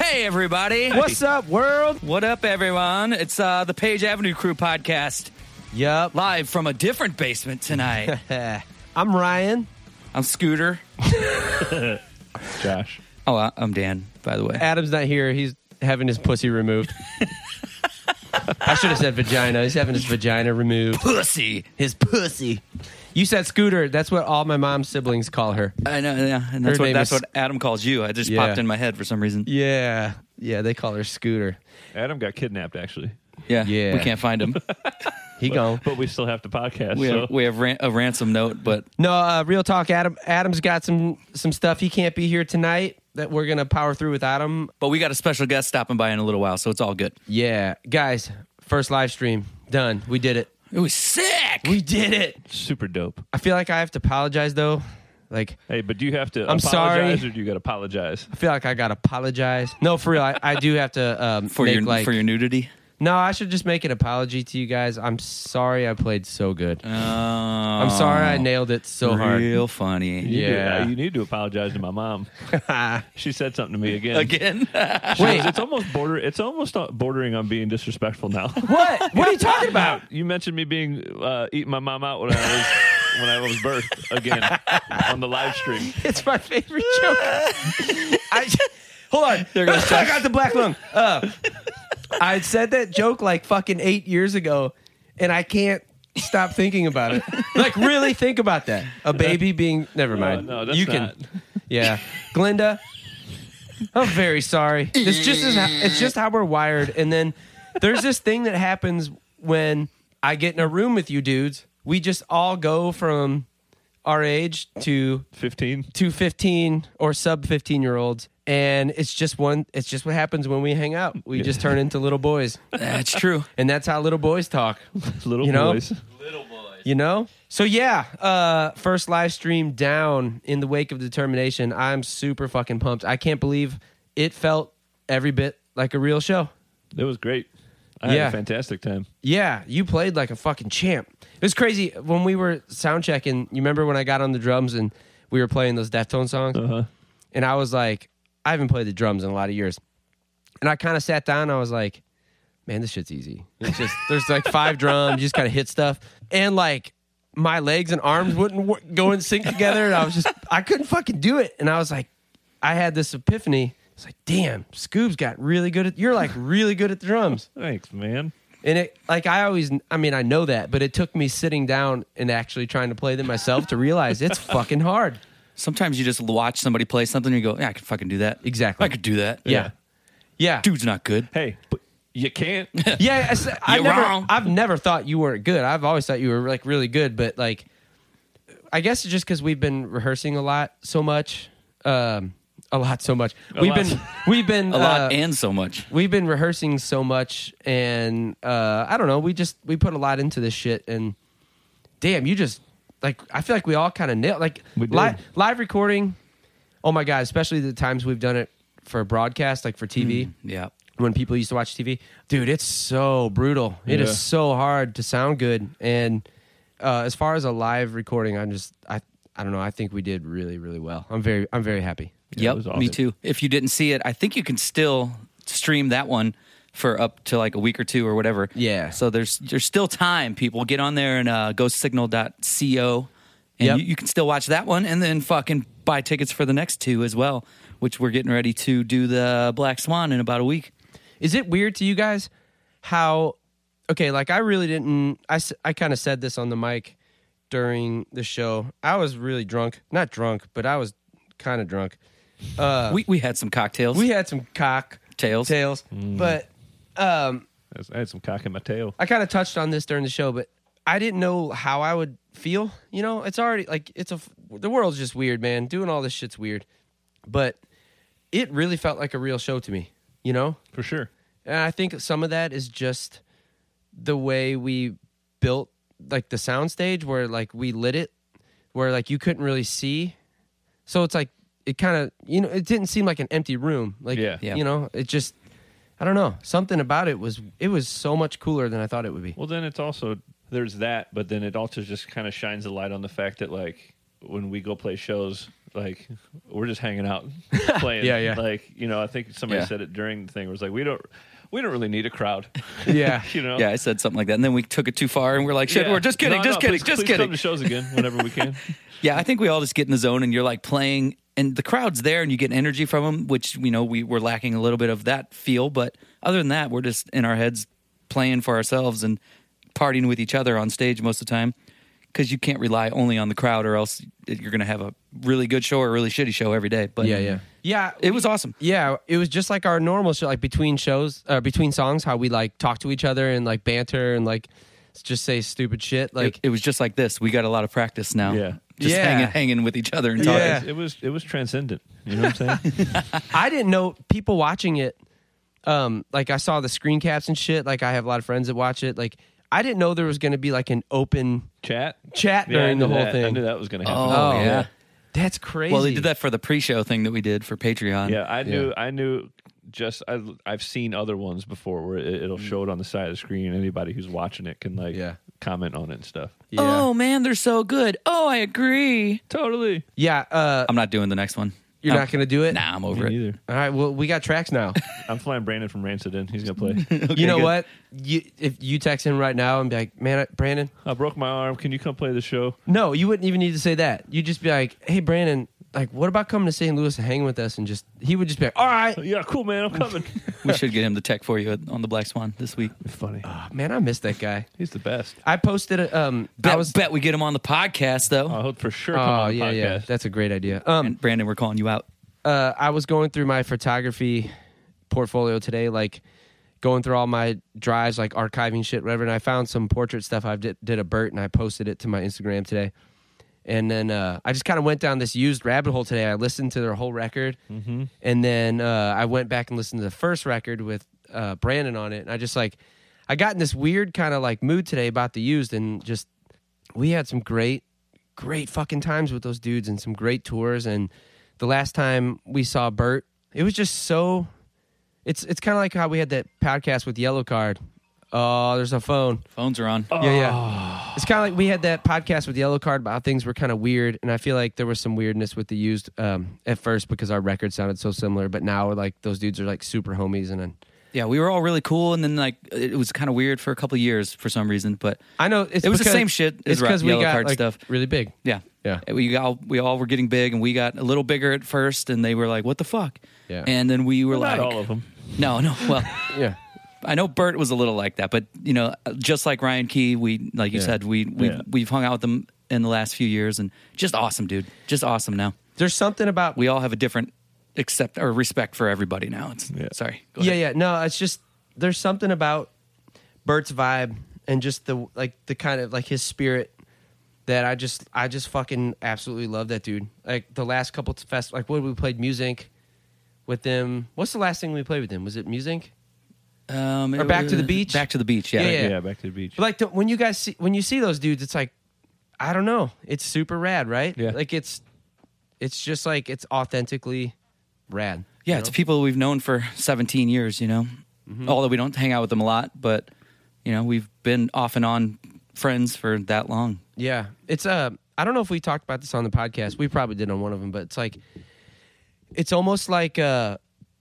everybody. What's up, world? What up, everyone? It's uh, the Page Avenue Crew podcast, Yup. Eh. live from a different basement tonight. I'm Ryan. I'm Scooter. Josh. Oh, I- I'm Dan, by the way. Adam's not here. He's having his pussy removed. I should have said vagina. He's having his vagina removed. Pussy. His pussy. You said Scooter. That's what all my mom's siblings call her. I know, yeah, and that's Her what name that's is- what Adam calls you. I just Yeah. popped in my head for some reason. Yeah. Yeah, they call her Scooter. Adam got kidnapped, actually, Yeah, Yeah. we can't find him. He gone. but we still have to podcast. We so have, we have ran- a ransom note, but No, uh, real talk. Adam. Adam's got some some stuff. He can't be here tonight. That we're gonna power through without him. but we got a special guest stopping by in a little while, so it's all good. Yeah, guys. First live stream done. We did it. It was sick. We did it. super dope. I feel like I have to apologize though. Like Hey, but do you have to I'm apologize sorry. or do you got to apologize? I feel like I gotta apologize. No, for real, I, I do have to um, for make your like for your nudity. no. I should just make an apology to you guys. I'm sorry I played so good. I'm I'm sorry Oh. I nailed it so Real funny. You do- Yeah. uh, you need to apologize to my mom. hard. She said something to me again. Again. She goes, Wait. it's almost border. It's almost uh, bordering on being disrespectful now. what? What are you talking about? you mentioned me being uh, eating my mom out when I was when I was birthed again on the live stream. It's my favorite joke. I, hold on. There goes I got the black lung. Uh, I said that joke like fucking eight years ago, and I can't stop thinking about it. Like, really think about that. A baby being. Never mind. no, that's you not. can. Yeah, Glinda. I'm very sorry. It's just as, it's just how we're wired. And then there's this thing that happens when I get in a room with you dudes. We just all go from our age to Fifteen. to 15 or sub 15 year olds and it's just one it's just what happens when we hang out we just turn into little boys That's true. and that's how little boys talk Little You know? boys. you know so yeah uh first live stream down in the wake of determination i'm super fucking pumped i can't believe it felt every bit like a real show It was great. I Yeah. had a fantastic time. yeah you played like a fucking champ it was crazy when we were sound checking you remember when i got on the drums and we were playing those deftone songs Uh-huh. and I was like, I haven't played the drums in a lot of years. And I kind of sat down. I was like, man, this shit's easy. It's just there's like five drums, you just kind of hit stuff, and like my legs and arms wouldn't wor- go in sync together. And I was just I couldn't fucking do it. And I was like, I had this epiphany. It's like, damn, Scoob's got really good at. You're like really good at the drums. Thanks, man. And it like I always I mean I know that, but it took me sitting down and actually trying to play them myself to realize it's fucking hard. Sometimes you just watch somebody play something and you go, yeah, I could fucking do that. Exactly. I could do that. Yeah. Yeah. Dude's not good. Hey, but you can't. Yeah, I, said- I You're never, wrong. I've never thought you weren't good. I've always thought you were like really good, but like, I guess it's just because we've been rehearsing a lot so much, um, a lot so much. we've lot. been, we've been A lot uh, and so much. we've been rehearsing so much, and uh, I don't know. We just we put a lot into this shit, and damn, you just like I feel like we all kind of nailed like We did. live live recording. Oh my god, especially the times we've done it for broadcast, like for TV Yeah. when people used to watch TV. Dude, it's so brutal. It is Yeah. so hard to sound good. And uh, as far as a live recording, I'm just I I don't know. I think we did really really well. I'm very I'm very happy. Yeah, it yep. was Me awesome. too. If you didn't see it, I think you can still stream that one for up to like a week or two or whatever. Yeah. So there's there's still time, people. Get on there and uh, go signal.co and Yep. you, you can still watch that one and then fucking buy tickets for the next two as well, which we're getting ready to do the Black Swan in about a week. Is it weird to you guys how okay, like I really didn't I s- I kind of said this on the mic during the show. I was really drunk. Not drunk, but I was kind of drunk. we, we had some cocktails. Uh. We had some cock Tails. tails, but um I was- I had some cock in my tail. I kind of touched on this during the show, but I didn't know how I would feel. You know, it's already like it's a the world's just weird, man. Doing all this shit's weird, but it really felt like a real show to me. You know, For sure. and I think some of that is just the way we built like the soundstage where like we lit it where like you couldn't really see. So it's like it kind of you know it didn't seem like an empty room. Like Yeah. Yeah. you know, it just I don't know. Something about it was it was so much cooler than I thought it would be. Well, then it's also there's that, but then it also just kind of shines a light on the fact that like when we go play shows, like we're just hanging out playing. Yeah, yeah. Like you know, I think somebody Yeah. said it during the thing. It was like we don't we don't really need a crowd. Yeah. you know. Yeah, I said something like that, and then we took it too far, and we're like, "Shit, Yeah. we're just kidding, No, just no, kidding, please- just please kidding." Come to shows again whenever we can. Yeah, I think we all just get in the zone and you're like playing and the crowd's there and you get energy from them, which, you know, we were lacking a little bit of that feel. But other than that, we're just in our heads playing for ourselves and partying with each other on stage most of the time because you can't rely only on the crowd or else you're going to have a really good show or a really shitty show every day. But Yeah, yeah. Yeah, It was awesome. Yeah, it was just like our normal show, like between shows, uh, between songs, how we like talk to each other and like banter and like s- just say stupid shit. Like Like, it was just like this. We got a lot of practice now. Yeah. Just Yeah. hanging hanging with each other and talking. Yeah. It was it was transcendent. You know what I'm saying? I didn't know people watching it. Um, like I saw the screen caps and shit. Like I have a lot of friends that watch it. Like I didn't know there was going to be like an open Chat. chat Yeah, I during the knew whole that. I thing. knew that was going to happen. Oh, yeah. that's crazy. Well, they did that for the pre-show thing that we did for Patreon. Yeah, I knew. I knew. Just I, I've seen other ones before where it, it'll show it on the side of the screen. Anybody who's watching it can like Mm. Yeah. comment on it and stuff. Yeah, Oh man, they're so good. Oh, I agree. Totally. yeah. Uh, I'm not doing the next one. you're I'm- not going to do it. Nah, I'm over Me it. neither. All right. Well, we got tracks now. I'm flying Brandon from Rancid in. He's gonna play. you know good. what? You if you text him right now and be like, man, I- Brandon. I broke my arm. Can you come play the show? No, you wouldn't even need to say that. You'd just be like, "Hey, Brandon, like, what about coming to St. Louis and hanging with us?" And just he would just be like, "Oh, "All right, Yeah, cool, man. I'm coming. We should get him the tech for you on the Black Swan this week. Funny. Oh, man, I miss that guy." Ah, He's the best. I posted a um, Bet, I was, bet we get him on the podcast though. I hope for sure. Come oh on the yeah, podcast. yeah, that's a great idea. Um, and Brandon, we're calling you out. uh, I was going through my photography portfolio today, like going through all my drives, like archiving shit, whatever. And I found some portrait stuff I did, did a Bert, and I posted it to my Instagram today. And then uh, I just kind of went down this used rabbit hole today. I listened to their whole record, and then uh, I went back and listened to the first record with uh, Brandon on it. And I just like, I got in this weird kind of like mood today about the used, and just we had some great, great fucking times with those dudes and some great tours. And the last time we saw Bert, it was just so. It's it's kind of like how we had that podcast with Yellow Card. Oh, there's a phone. Phones are on. Yeah, Oh. yeah. It's kind of like we had that podcast with Yellow Card about how things were kind of weird, and I feel like there was some weirdness with the used um, at first because our record sounded so similar, but now like those dudes are like super homies, and then, Yeah, we were all really cool, and then like it was kind of weird for a couple years for some reason. But I know it's It was the because- same shit as It's Ra- because we Yellow got Card like, stuff. really big. yeah, Yeah. we all we all were getting big, and we got a little bigger at first, and they were like, "What the fuck?" Yeah. and then we were Not like, all of them. "No, no." Well, Yeah, I know Bert was a little like that, but you know, just like Ryan Key, we like you Yeah. said, we we Yeah. we've hung out with them in the last few years, and just awesome, dude. Just awesome now. there's something about we all have a different accept or respect for everybody now. It's Yeah. sorry. Go yeah ahead. yeah no it's just there's something about bert's vibe and just the like the kind of like his spirit that i just i just fucking absolutely love that dude like the last couple t- fest like what we played music with them what's the last thing we played with them was it music Um, Or Back to the Beach? Back to the beach. Yeah. Yeah, yeah. Yeah. back to the beach. but like the, when you guys see when you see those dudes it's like i don't know it's super rad right Yeah. like it's it's just like it's authentically rad Yeah, it's people we've known for 17 years. You know, Mm-hmm. although we don't hang out with them a lot, but you know, we've been off and on friends for that long. Yeah, it's uh, I don't know if we talked about this on the podcast. We probably did on one of them, but it's like, it's almost like uh,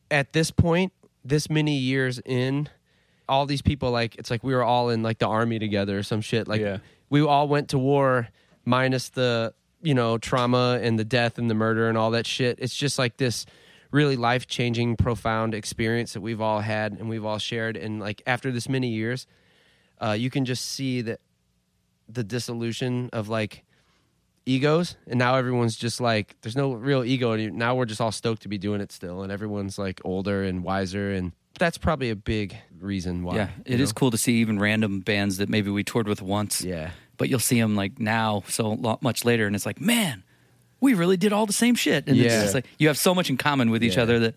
at this point, this many years in, all these people like it's like we were all in like the army together or some shit. Like Yeah. we all went to war, minus the you know trauma and the death and the murder and all that shit. It's just like this really life changing, profound experience that we've all had and we've all shared. And like after this many years, uh, you can just see that the dissolution of like egos and now everyone's just like there's no real ego and now we're just all stoked to be doing it still and everyone's like older and wiser and that's probably a big reason why Yeah, it you is know? cool to see even random bands that maybe we toured with once. Yeah. but you'll see them like now, so lo- much later, and it's like, man, we really did all the same shit. And it's Yeah. just like you have so much in common with each Yeah. other that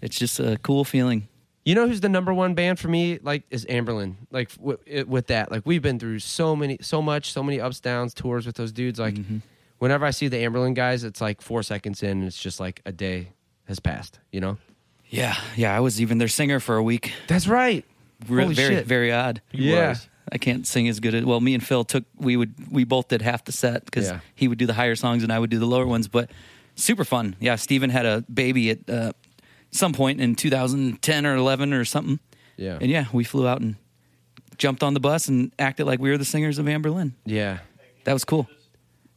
it's just a cool feeling. you know who's the number one band for me like is amberlin like w- it, with that like we've been through so many so much so many ups downs tours with those dudes like Mm-hmm. whenever i see the amberlin guys it's like four seconds in and it's just like a day has passed you know Yeah, yeah. I was even their singer for a week. that's right Re- Holy very, shit. very odd. Yeah. was. I can't sing as good as well. Me and Phil took we would we both did half the set because Yeah. he would do the higher songs and I would do the lower ones. But super fun. Yeah, Steven had a baby at uh, some point in 2010 or 11 or something. Yeah. And yeah, we flew out and jumped on the bus and acted like we were the singers of Van Berlin. Yeah. That was cool.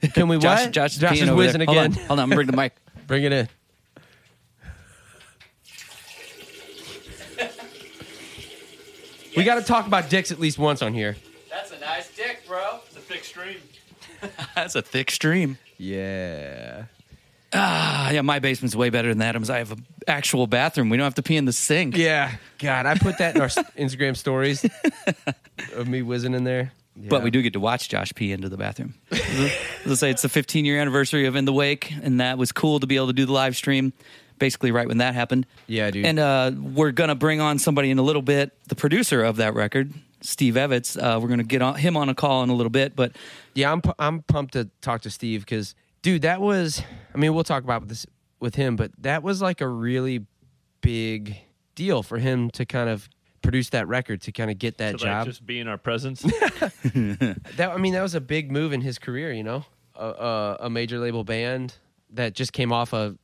Can we Josh, what? Josh, Josh peeing is over whizzing there. Hold again. on, Hold on, I'm bringing the mic. Bring it in. We got to talk about dicks at least once on here. That's a nice dick, bro. It's a thick stream. That's a thick stream. Yeah. Ah, yeah, my basement's way better than Adam's. I have an actual bathroom. We don't have to pee in the sink. Yeah. God, I put that in our s- Instagram stories of me whizzing in there. But we do get to watch Josh pee into the bathroom. Let's say it's the 15 year anniversary of In the Wake, and that was cool to be able to do the live stream basically right when that happened. Yeah, dude. And uh, we're going to bring on somebody in a little bit, the producer of that record, Steve Evans. Uh, we're going to get on, him on a call in a little bit, but Yeah, I'm pu- I'm pumped to talk to Steve because, dude, that was. I mean, we'll talk about this with him, but that was like a really big deal for him to kind of produce that record to kind of get that To like job. just be in our presence. that I mean, that was a big move in his career. You know, a, a, a major label band that just came off a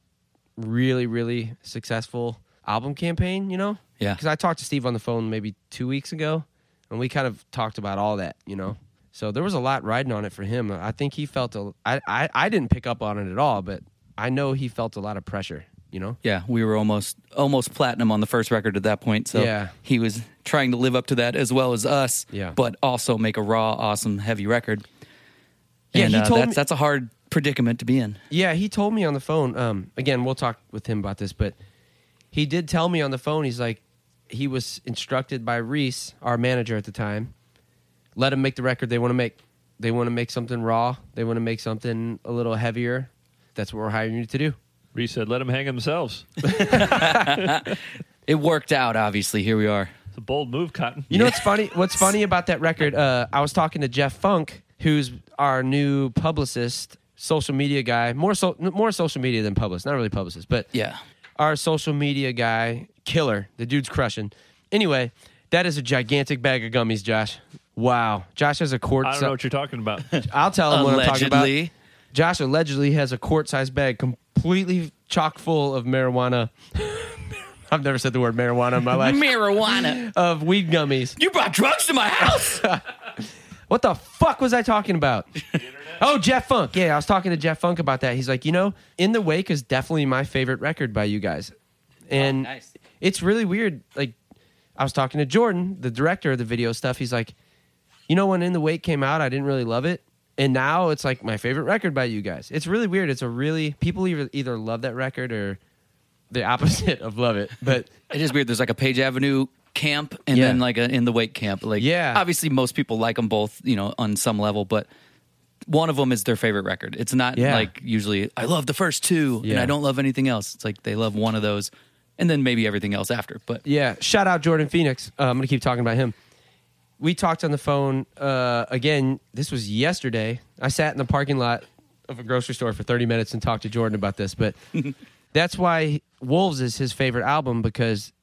really really successful album campaign. You know, Yeah. Because I talked to Steve on the phone maybe two weeks ago, and we kind of talked about all that. You know, so there was a lot riding on it for him. I think he felt a. I I, I didn't pick up on it at all, but I know he felt a lot of pressure. You know. yeah, we were almost almost platinum on the first record at that point. So Yeah. he was trying to live up to that as well as us, Yeah. but also make a raw, awesome, heavy record. Yeah, and, he uh, told that's, me- that's a hard predicament to be in. Yeah, he told me on the phone. Um, again, we'll talk with him about this, but he did tell me on the phone. He's like, he was instructed by Reese, our manager at the time, let him make the record they want to make. They want to make something raw. They want to make something a little heavier. That's what we're hiring you to do. Reese said, "Let them hang themselves." It's It worked out, obviously. Here we are. a bold move, Cotton. You know what's funny? What's funny about that record? Uh, I was talking to Jeff Funk, who's our new publicist, social media guy. More so, more social media than publicist. Not really publicist, but Yeah. our social media guy, killer. The dude's crushing. Anyway, that is a gigantic bag of gummies, Josh. Wow. Josh has a quart. I don't know what you're talking about. I'll tell him what I'm talking Allegedly. about. Josh allegedly has a quart-sized bag completely chock full of marijuana. I've never said the word marijuana in my life. Marijuana. of weed gummies. You brought drugs to my house. What the fuck was I talking about? oh, Jeff Funk. Yeah, I was talking to Jeff Funk about that. He's like, you know, In the Wake is definitely my favorite record by you guys. And nice. it's really weird. Like, I was talking to Jordan, the director of the video stuff. He's like, you know, when In the Wake came out, I didn't really love it. And now it's like my favorite record by you guys. It's really weird. It's a really, people either, either love that record or the opposite of love it. But it is weird. There's like a Page Avenue camp and Yeah. then like a in the wake camp. Like, Yeah. Obviously, most people like them both, you know, on some level, but one of them is their favorite record. It's not Yeah. like usually I love the first two and Yeah. I don't love anything else. It's like they love one of those and then maybe everything else after. But Yeah, shout out Jordan Phoenix. Uh, I'm gonna keep talking about him. We talked on the phone uh, again. This was yesterday. I sat in the parking lot of a grocery store for 30 minutes and talked to Jordan about this. But that's why Wolves is his favorite album because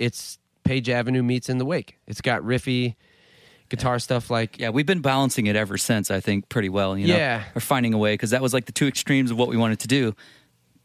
it's Page Avenue meets In the Wake. It's got riffy guitar stuff like yeah, we've been balancing it ever since, I think, pretty well, you know, Yeah. or finding a way because that was like the two extremes of what we wanted to do.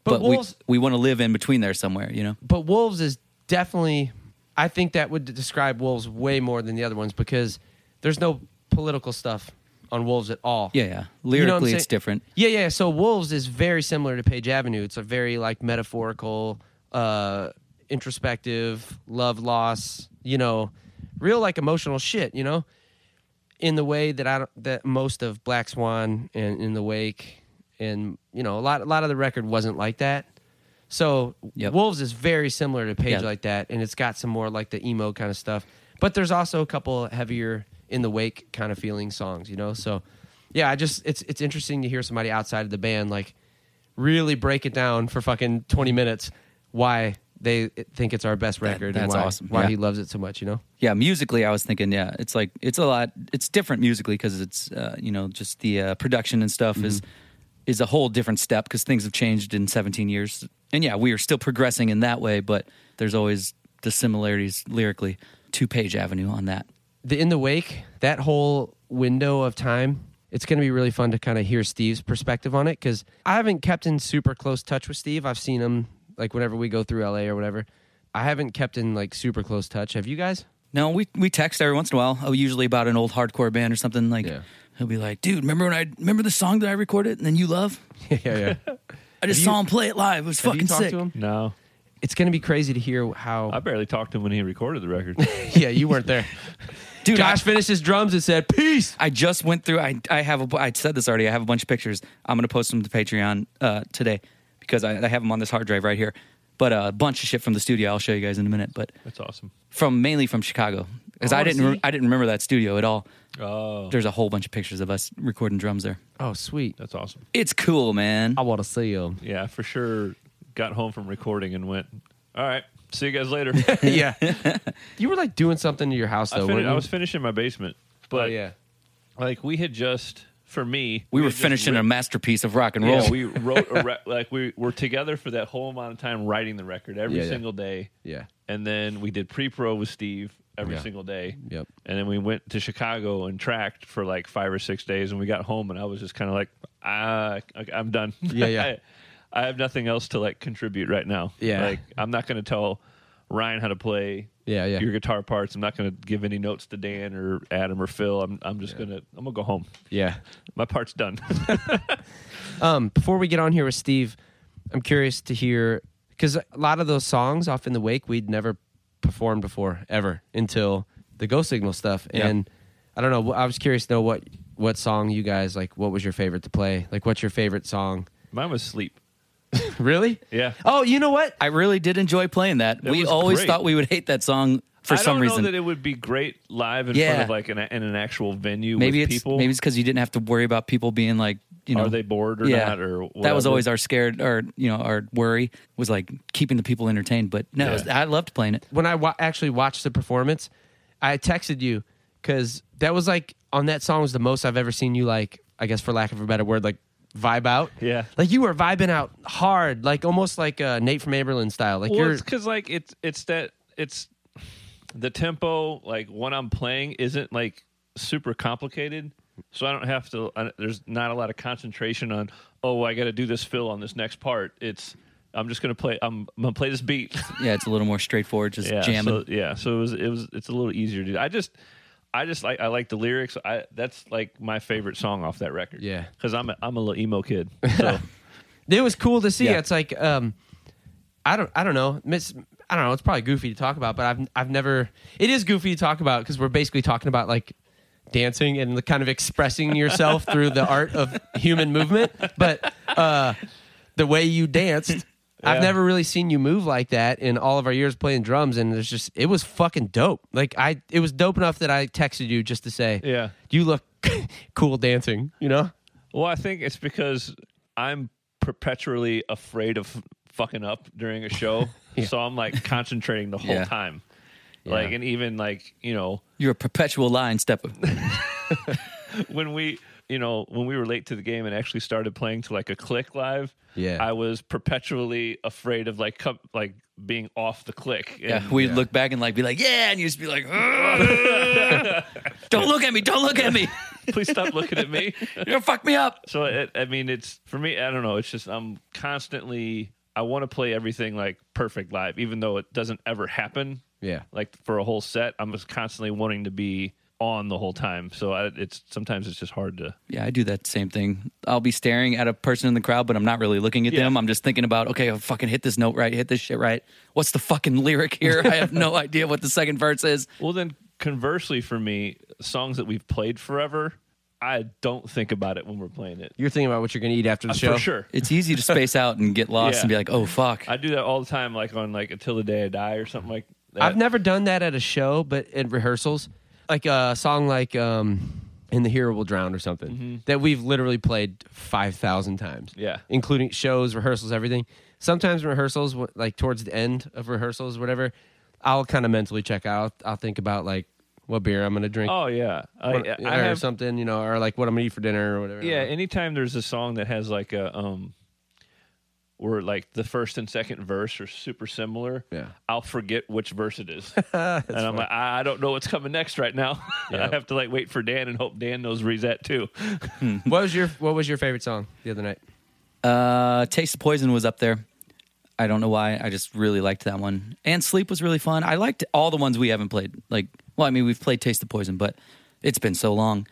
But But, we, Wolves- we want to live in between there somewhere, you know? but Wolves is definitely I think that would describe Wolves way more than the other ones because there's no political stuff on Wolves at all. Yeah, yeah. You know what I'm Lyrically, it's saying? different. Yeah, yeah. So Wolves is very similar to Page Avenue. It's a very like metaphorical, uh, introspective, love loss, you know, real like emotional shit, you know, in the way that I don't, that most of Black Swan and In the Wake and you know a lot a lot of the record wasn't like that. So Yep. Wolves is very similar to Yeah. Page like that, and it's got some more like the emo kind of stuff. But there's also a couple heavier in the wake kind of feeling songs, you know. So yeah, I just it's it's interesting to hear somebody outside of the band like really break it down for fucking 20 minutes why they think it's our best record that's and why, awesome, why yeah. he loves it so much, you know. yeah musically i was thinking yeah it's like it's a lot it's different musically because it's uh, you know just the uh, production and stuff is Mm-hmm. is a whole different step because things have changed in 17 years and yeah we are still progressing in that way but there's always the similarities lyrically to page avenue on that the in the wake that whole window of time it's going to be really fun to kind of hear Steve's perspective on it because I haven't kept in super close touch with Steve. I've seen him like whenever we go through LA or whatever. I haven't kept in like super close touch. Have you guys? No, we we text every once in a while. Oh, usually about an old hardcore band or something. Like Yeah. he'll be like, "Dude, remember when I remember the song that I recorded and then you love? yeah, yeah. Have I just you- saw him play it live. It was you fucking talked sick." to him? No, It's going to be crazy to hear I how. barely talked to him when he recorded the record. yeah, you weren't there. Dude, Josh I, finished his drums and said, "Peace." I just went through. I I have a bu- I said this already. I have a bunch of pictures. I'm gonna post them to Patreon uh, today because I, I have them on this hard drive right here. But uh, a bunch of shit from the studio. I'll show you guys in a minute. But That's awesome. from mainly from Chicago because I I, wanna didn't re- see. I didn't remember that studio at all. Oh, There's a whole bunch of pictures of us recording drums there. Oh, sweet. that's awesome. It's cool, man. I want to see him. Yeah, for sure. Got home from recording and went. All right, see you guys later. yeah. You were like doing something to your house I, though. fin- weren't I you? was finishing my basement, but Oh, yeah. like we had just for me, We were had just finishing a written- masterpiece of rock and roll. Yeah, we wrote a re- like we were together for that whole amount of time writing the record every Yeah, yeah. single day, Yeah. and then we did pre-pro with Steve every Yeah. single day. Yep. And then we went to Chicago and tracked for like five or six days, and we got home, and I was just kind of like, ah, like, I'm done. Yeah, yeah. I, I have nothing else to like contribute right now. Yeah. like I'm not going to tell Ryan how to play. Yeah, yeah. Your guitar parts. I'm not going to give any notes to Dan or Adam or Phil. I'm I'm just gonna I'm gonna go home. Yeah. My part's done. Um, before we get on here with Steve, I'm curious to hear because a lot of those songs off in the wake we'd never performed before ever until the Go Signal stuff, and I don't know. I was curious to know what what song you guys like. What was your favorite to play? Like, what's your favorite song? Mine was sleep. really? Yeah. Oh, you know what? I really did enjoy playing that. It we was always great. thought we would hate that song for I some don't reason. know that it would be great live in front Yeah. of like an in an actual venue maybe with it's people. maybe it's because you didn't have to worry about people being like you know Are they bored or yeah not that or was whatever. always our scared or you know our worry was like keeping the people entertained. But no, it was- I loved playing it. when I wa- actually watched the performance, I texted you because that was like on that song was the most I've ever seen you like I guess for lack of a better word like vibe out. Yeah. like you were vibing out hard, like almost like uh, Nate from Aberlin style. Like well, you're it's because like it's it's that it's the tempo like what I'm playing isn't like super complicated, so I don't have to. I, there's not a lot of concentration on oh I got to do this fill on this next part. It's I'm just gonna play. I'm, I'm gonna play this beat. Yeah, it's a little more straightforward, just yeah, jamming. So, yeah, so it was it was it's a little easier to. I just I just like I like the lyrics. I that's like my favorite song off that record. Yeah. because I'm a, I'm a little emo kid. So it was cool to see. Yeah. It's like um, I don't I don't know. Miss, I don't know. It's probably goofy to talk about, but I've I've never. It is goofy to talk about because we're basically talking about like dancing and the kind of expressing yourself through the art of human movement. But uh, the way you danced. I've Yeah. never really seen you move like that in all of our years playing drums, and there's just it was fucking dope. Like I, it was dope enough that I texted you just to say, Yeah. you look cool dancing." You know, well, I think it's because I'm perpetually afraid of fucking up during a show, so I'm like concentrating the whole Yeah. time. Like Yeah. and even like you know You're a perpetual line stepper. when we you know when we were late to the game and actually started playing to like a click live Yeah. i was perpetually afraid of like com- like being off the click Yeah, And- we'd look back and like be like, yeah, and you just be like, "Ugh." don't look at me, don't look at me. please stop looking at me You're gonna fuck me up. so it, i mean it's for me i don't know it's just i'm constantly i want to play everything like perfect live even though it doesn't ever happen yeah, like for a whole set i'm just constantly wanting to be on the whole time so I, it's sometimes it's just hard to Yeah, I do that same thing. I'll be staring at a person in the crowd, but I'm not really looking at Yeah. them. I'm just thinking about, okay, I'll fucking hit this note right, hit this shit right. What's the fucking lyric here? I have no idea what the second verse is. Well, then conversely, for me, songs that we've played forever, I don't think about it when we're playing it. you're thinking about what you're gonna eat after the show. Uh, For sure. It's easy to space out and get lost Yeah. and be like, oh fuck. I do that all the time, like on like Until the Day I Die or something like that. I've never done that at a show, but at rehearsals, like a song like um, "And the Hero Will Drown" or something that we've literally played five thousand times. Mm-hmm. Yeah. including shows, rehearsals, everything. Sometimes rehearsals, wh- like towards the end of rehearsals, whatever, I'll kind of mentally check out. I'll think about like what beer I'm gonna drink, Oh yeah, I, or, I or have. something, you know, or like what I'm gonna eat for dinner or whatever. yeah, anytime there's a song that has like a um, where like the first and second verse are super similar, Yeah. I'll forget which verse it is, and I'm like, I I don't know what's coming next right now. I have to like wait for Dan and hope Dan knows where he's at too. What was your What was your favorite song the other night? Uh, Taste of Poison was up there. I don't know why. I just really liked that one. And Sleep was really fun. I liked all the ones we haven't played. Like, well, I mean, we've played Taste of Poison, but it's been so long.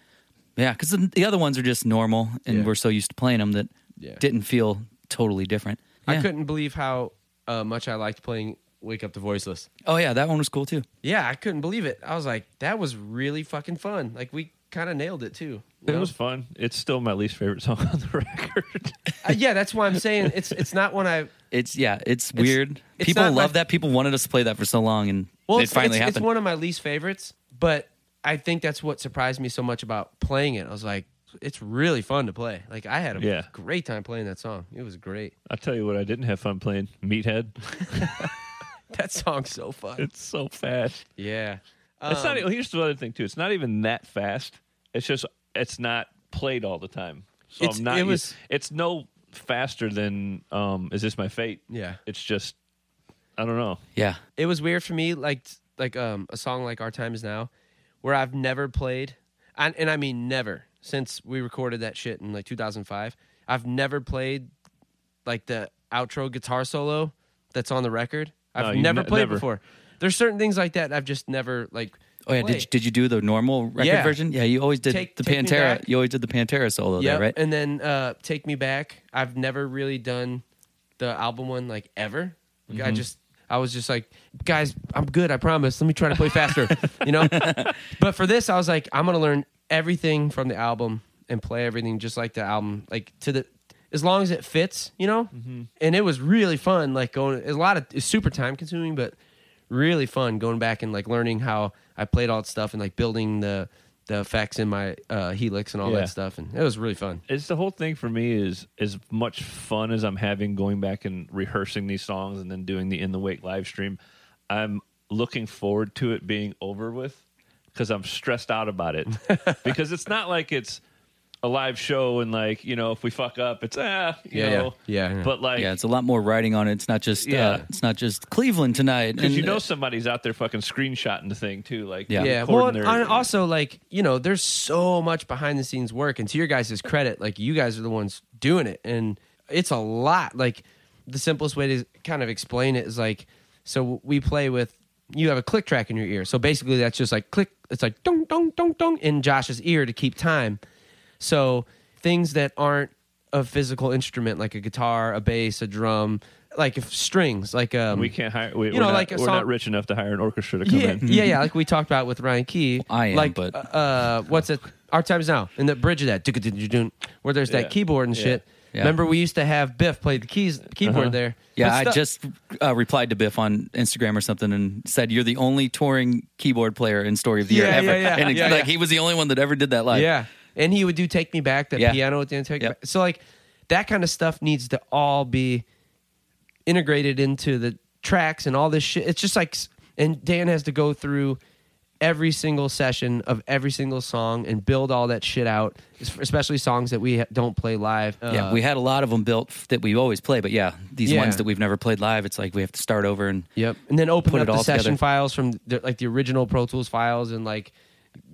Yeah, because the, the other ones are just normal, and Yeah. we're so used to playing them that Yeah. didn't feel totally different. I Yeah. couldn't believe how uh, much I liked playing "Wake Up the Voiceless." Oh yeah, that one was cool too. Yeah, I couldn't believe it. I was like, that was really fucking fun. Like we kind of nailed it too. you It know? was fun. It's still my least favorite song on the record. Uh, yeah, that's why I'm saying it's it's not one I. It's yeah, it's weird. it's People not my- love that. People wanted us to play that for so long, and Well, it it's, finally it's, happened. it's one of my least favorites, but I think that's what surprised me so much about playing it. I was like, it's really fun to play. Like I had a Yeah. great time playing that song. It was great. I'll tell you what, I didn't have fun playing Meathead. That song's so fun. It's so fast. Yeah. it's not. e-, Um, Here's the other thing too. It's not even that fast. It's just it's not played all the time. So It's- I'm not. it It was- it's no faster than. Um, is this my fate? Yeah. It's just. I don't know. yeah, it was weird for me like like um a song like our time is now where i've never played and, and i mean never since we recorded that shit in like 2005 i've never played like the outro guitar solo that's on the record No, i've you've never ne- played never. before there's certain things like that i've just never like Oh yeah, played. did you, did you do the normal record Yeah. version? Yeah, you always did Take- the Take Me Pantera. Back. You always did the Pantera solo Yep, there, right? and then uh take me back i've never really done the album one like ever Like, i just i was just like guys i'm good i promise let me try to play faster you know but for this i was like i'm gonna learn everything from the album and play everything just like the album like to the as long as it fits you know and it was really fun like going a lot of it's super time consuming but really fun going back and like learning how i played all that stuff and like building the the effects in my uh helix and all Yeah. that stuff and it was really fun It's the whole thing for me is as much fun as I'm having going back and rehearsing these songs and then doing the in the wake live stream. I'm looking forward to it being over with because I'm stressed out about it because it's not like it's a live show and like you know if we fuck up it's ah you Yeah, yeah. know Yeah, yeah. but like yeah, it's a lot more writing on it. It's not just Yeah. uh, it's not just Cleveland tonight. Because And, you know uh, somebody's out there fucking screenshotting the thing too, like Yeah. yeah well recording and their- also like you know there's so much behind the scenes work and to your guys' credit like you guys are the ones doing it and it's a lot like the simplest way to kind of explain it is like so we play with you have a click track in your ear so basically that's just like click it's like dong dong dong dong in josh's ear to keep time so things that aren't a physical instrument like a guitar a bass a drum like if strings like um we can't hire. We, You we're know, not, like a we're song- not rich enough to hire an orchestra to come yeah, in. yeah, yeah. Like we talked about with Ryan Key. I am, like, but- uh, what's it? Our times now in the bridge of that doo-ka-doo-doo-doo, where there's that Yeah. keyboard and Yeah. Uh-huh. shit. Yeah. Remember, we used to have Biff play the keys keyboard there. yeah, But I stuff- just uh, replied to Biff on Instagram or something and said you're the only touring keyboard player in Story of the Year Yeah, ever. yeah, yeah. and it's Yeah, like yeah. he was the only one that ever did that live. yeah, and he would do "Take Me Back" that Yeah. piano at the end. Take Me Yep. Back. So like that kind of stuff needs to all be integrated into the tracks and all this shit. It's just like, s- and Dan has to go through every single session of every single song and build all that shit out, es- especially songs that we ha- don't play live. Yeah, Uh, we had a lot of them built f- that we always play, but yeah, these Yeah. ones that we've never played live, it's like we have to start over and Yep. And then open Put it up the all session together. files from the, like the original Pro Tools files and like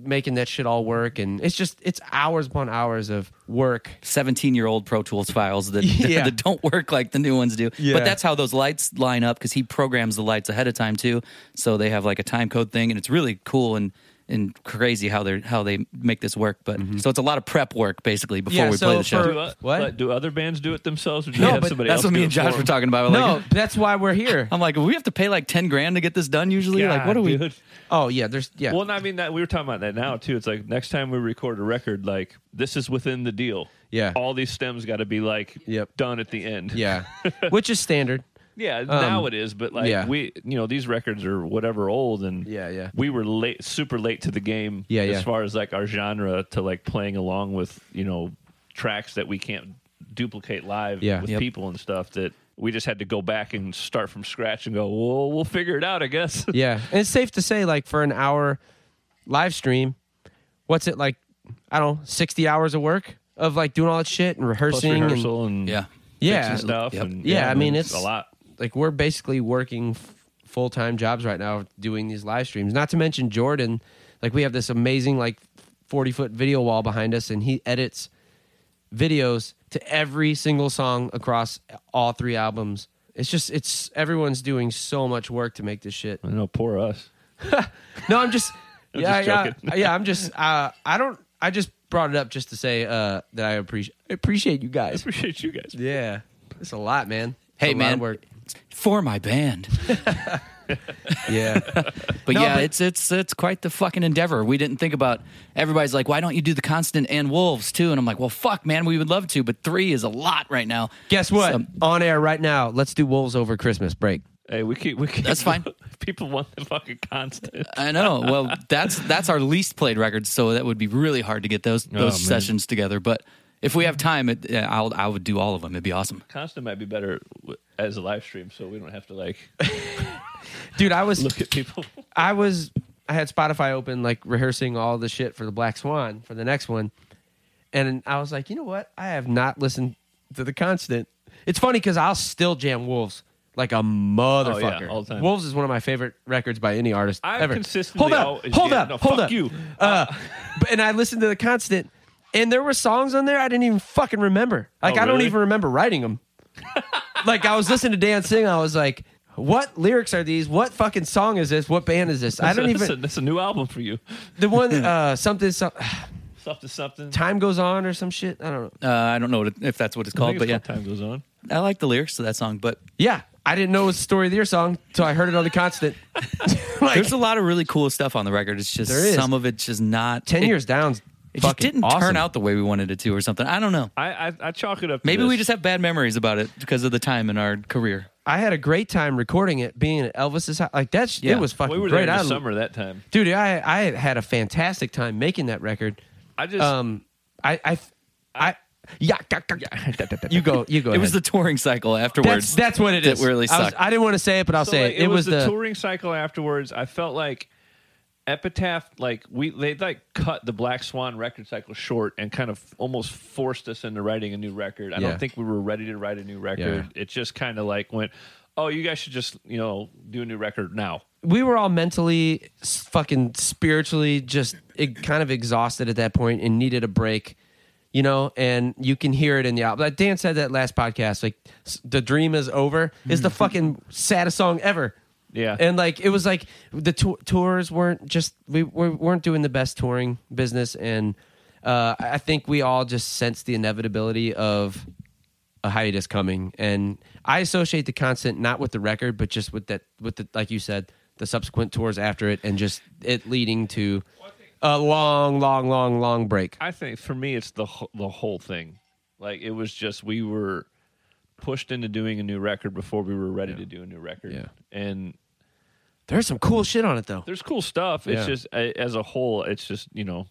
making that shit all work. And it's just it's hours upon hours of work. 17 year old Pro Tools files that, Yeah. that don't work like the new ones do. Yeah. But that's how those lights line up because he programs the lights ahead of time too. So they have like a time code thing, and it's really cool and and crazy how they are how they make this work. But so it's a lot of prep work basically before Mm-hmm. Yeah, we so play the show. Do, o- What? but do other bands do it themselves? Or do No, you have but somebody that's else what me do and it Josh for were 'em? talking about. We're no, Like, that's why we're here. I'm like, we have to pay like 10 grand to get this done usually. like, what do God, we? dude. Oh yeah, there's yeah. Well, I mean that we were talking about that now too. It's like next time we record a record, like this is within the deal. Yeah. all these stems got to be like Yep. done at the end. yeah. Which is standard. Yeah, now it is, but like Um, yeah. we, you know, these records are whatever old, and Yeah, yeah. we were late, super late to the game. Yeah, as yeah. far as like our genre to like playing along with you know tracks that we can't duplicate live Yeah. with Yep. people and stuff that we just had to go back and start from scratch and go, well, we'll figure it out, I guess. Yeah. And it's safe to say like for an hour live stream, what's it like I don't know, 60 hours of work of like doing all that shit and Plus rehearsing and rehearsal and Yeah. Yeah. fixing stuff. Yep. And, Yeah, I mean, it's- a lot. like we're basically working f- full-time jobs right now doing these live streams not to mention jordan like we have this amazing like 40 foot video wall behind us and he edits videos to every single song across all three albums it's just it's everyone's doing so much work to make this shit I know, poor us. no i'm just I'm yeah just joking. yeah yeah i'm just uh i don't i just brought it up just to say uh that i appreciate appreciate you I guys appreciate you guys. yeah it's a lot man It's Hey, a lot man. of work. for my band. yeah But No, yeah, but- it's it's it's quite the fucking endeavor. We didn't think about everybody's like, why don't you do the constant and wolves too? And I'm like, well, fuck, man, we would love to, but three is a lot right now. Guess what? So- On air right now, let's do Wolves over Christmas break. Hey, we keep we keep. That's fine. People want the fucking constant. I know. Well, that's that's our least played records, so that would be really hard to get those Oh, those man. sessions together. But if we have time, it, yeah, I'll I would do all of them. It'd be awesome. Constant might be better w- as a live stream, so we don't have to like Dude, I was look at people. I was I had Spotify open like rehearsing all the shit for the Black Swan for the next one. And I was like, "You know what? I have not listened to the constant." It's funny cuz I'll still jam Wolves like a motherfucker. Oh, all the time. Wolves is one of my favorite records by any artist I've ever. consistently hold up, always hold jammed- up, no, hold fuck up. you. Uh, but- and I listened to the constant, and there were songs on there I didn't even fucking remember. Like Oh, I don't really? even remember writing them. like I was listening to Dan sing, I was like, "What lyrics are these? What fucking song is this? What band is this? I don't That's a, even that's a new album for you. the one uh, something some, Something, something. time goes on or some shit. I don't know. Uh, I don't know what it- if that's what it's I called, think but it's yeah, called time goes on. I like the lyrics to that song. But Yeah, I didn't know it was the story of your song until I heard it on the constant. like there's a lot of really cool stuff on the record. It's just There is. some of it's just not ten it- years down's It just fucking didn't awesome. turn out the way we wanted it to, or something. I don't know. I, I I chalk it up. To Maybe we this. just have bad memories about it because of the time in our career. I had a great time recording it, being at Elvis's house. Like that's Yeah. it was fucking we were there great. in the I summer that time. dude i i had a fantastic time making that record I just um i i i yeah, yeah, yeah. you go you go It was the ahead. touring cycle that's afterwards. that's what it that is really I, was- sucked. I didn't want to say it but i'll So, say like, it it was, the touring cycle afterwards. I felt like Epitaph, like we they like cut the Black Swan record cycle short and kind of almost forced us into writing a new record. I Yeah. don't think we were ready to write a new record. It just kind of like went, oh, you guys should just you know do a new record now. we were all mentally s- fucking spiritually just it, kind of exhausted at that point and needed a break you know and you can hear it in the album like dan said that last podcast like s- the dream is over is the fucking saddest song ever Yeah. and like it was like the tou- tours weren't just we, we weren't doing the best touring business and uh, i I think we all just sensed the inevitability of a hiatus coming and i associate the constant not with the record but just with that with the like you said the subsequent tours after it and just it leading to a long long long long break I think for me, it's the wh- the whole thing. Like it was just we were pushed into doing a new record before we were ready to do a new record. Yeah. and there's some cool shit on it though there's cool stuff. It's Yeah. just a- as a whole, it's just you know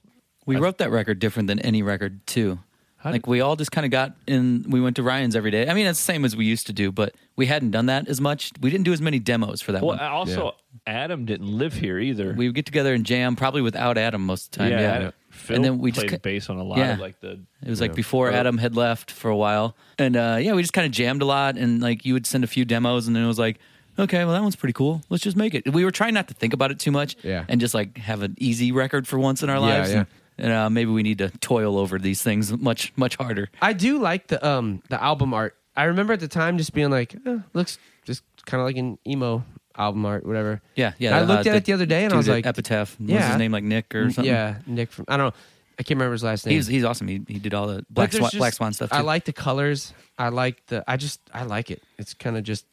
we wrote that record different than any record too. How Like did- we all just kind of got in. We went to Ryan's every day. I mean, it's the same as we used to do, but we hadn't done that as much. We didn't do as many demos for that Well, one. uh, also Adam didn't live here either. we would get together and jam, probably without Adam most of the time. Yeah, Adam- Phil and then we just played ca- bass on a lot yeah. of like the. It was like before Adam had left for a while, and uh, yeah, we just kind of jammed a lot. And like you would send a few demos, and then it was like, okay, well that one's pretty cool. Let's just make it. We were trying not to think about it too much, Yeah. and just like have an easy record for once in our lives. yeah. And, and, uh, maybe we need to toil over these things much much harder. I do like the um the album art. I remember at the time just being like, eh, looks just kind of like an emo album art, whatever. Yeah, yeah. I uh, looked at it the other day and dude I was at like, Epitaph. Yeah. yeah. Mm, his name like Nick or something? yeah, Nick from I don't know, I can't remember his last name. he's he's awesome. He he did all the But Black there's Swan, just- Black Swan stuff. Too. I like the colors. I like the. I just I like it. It's kind of just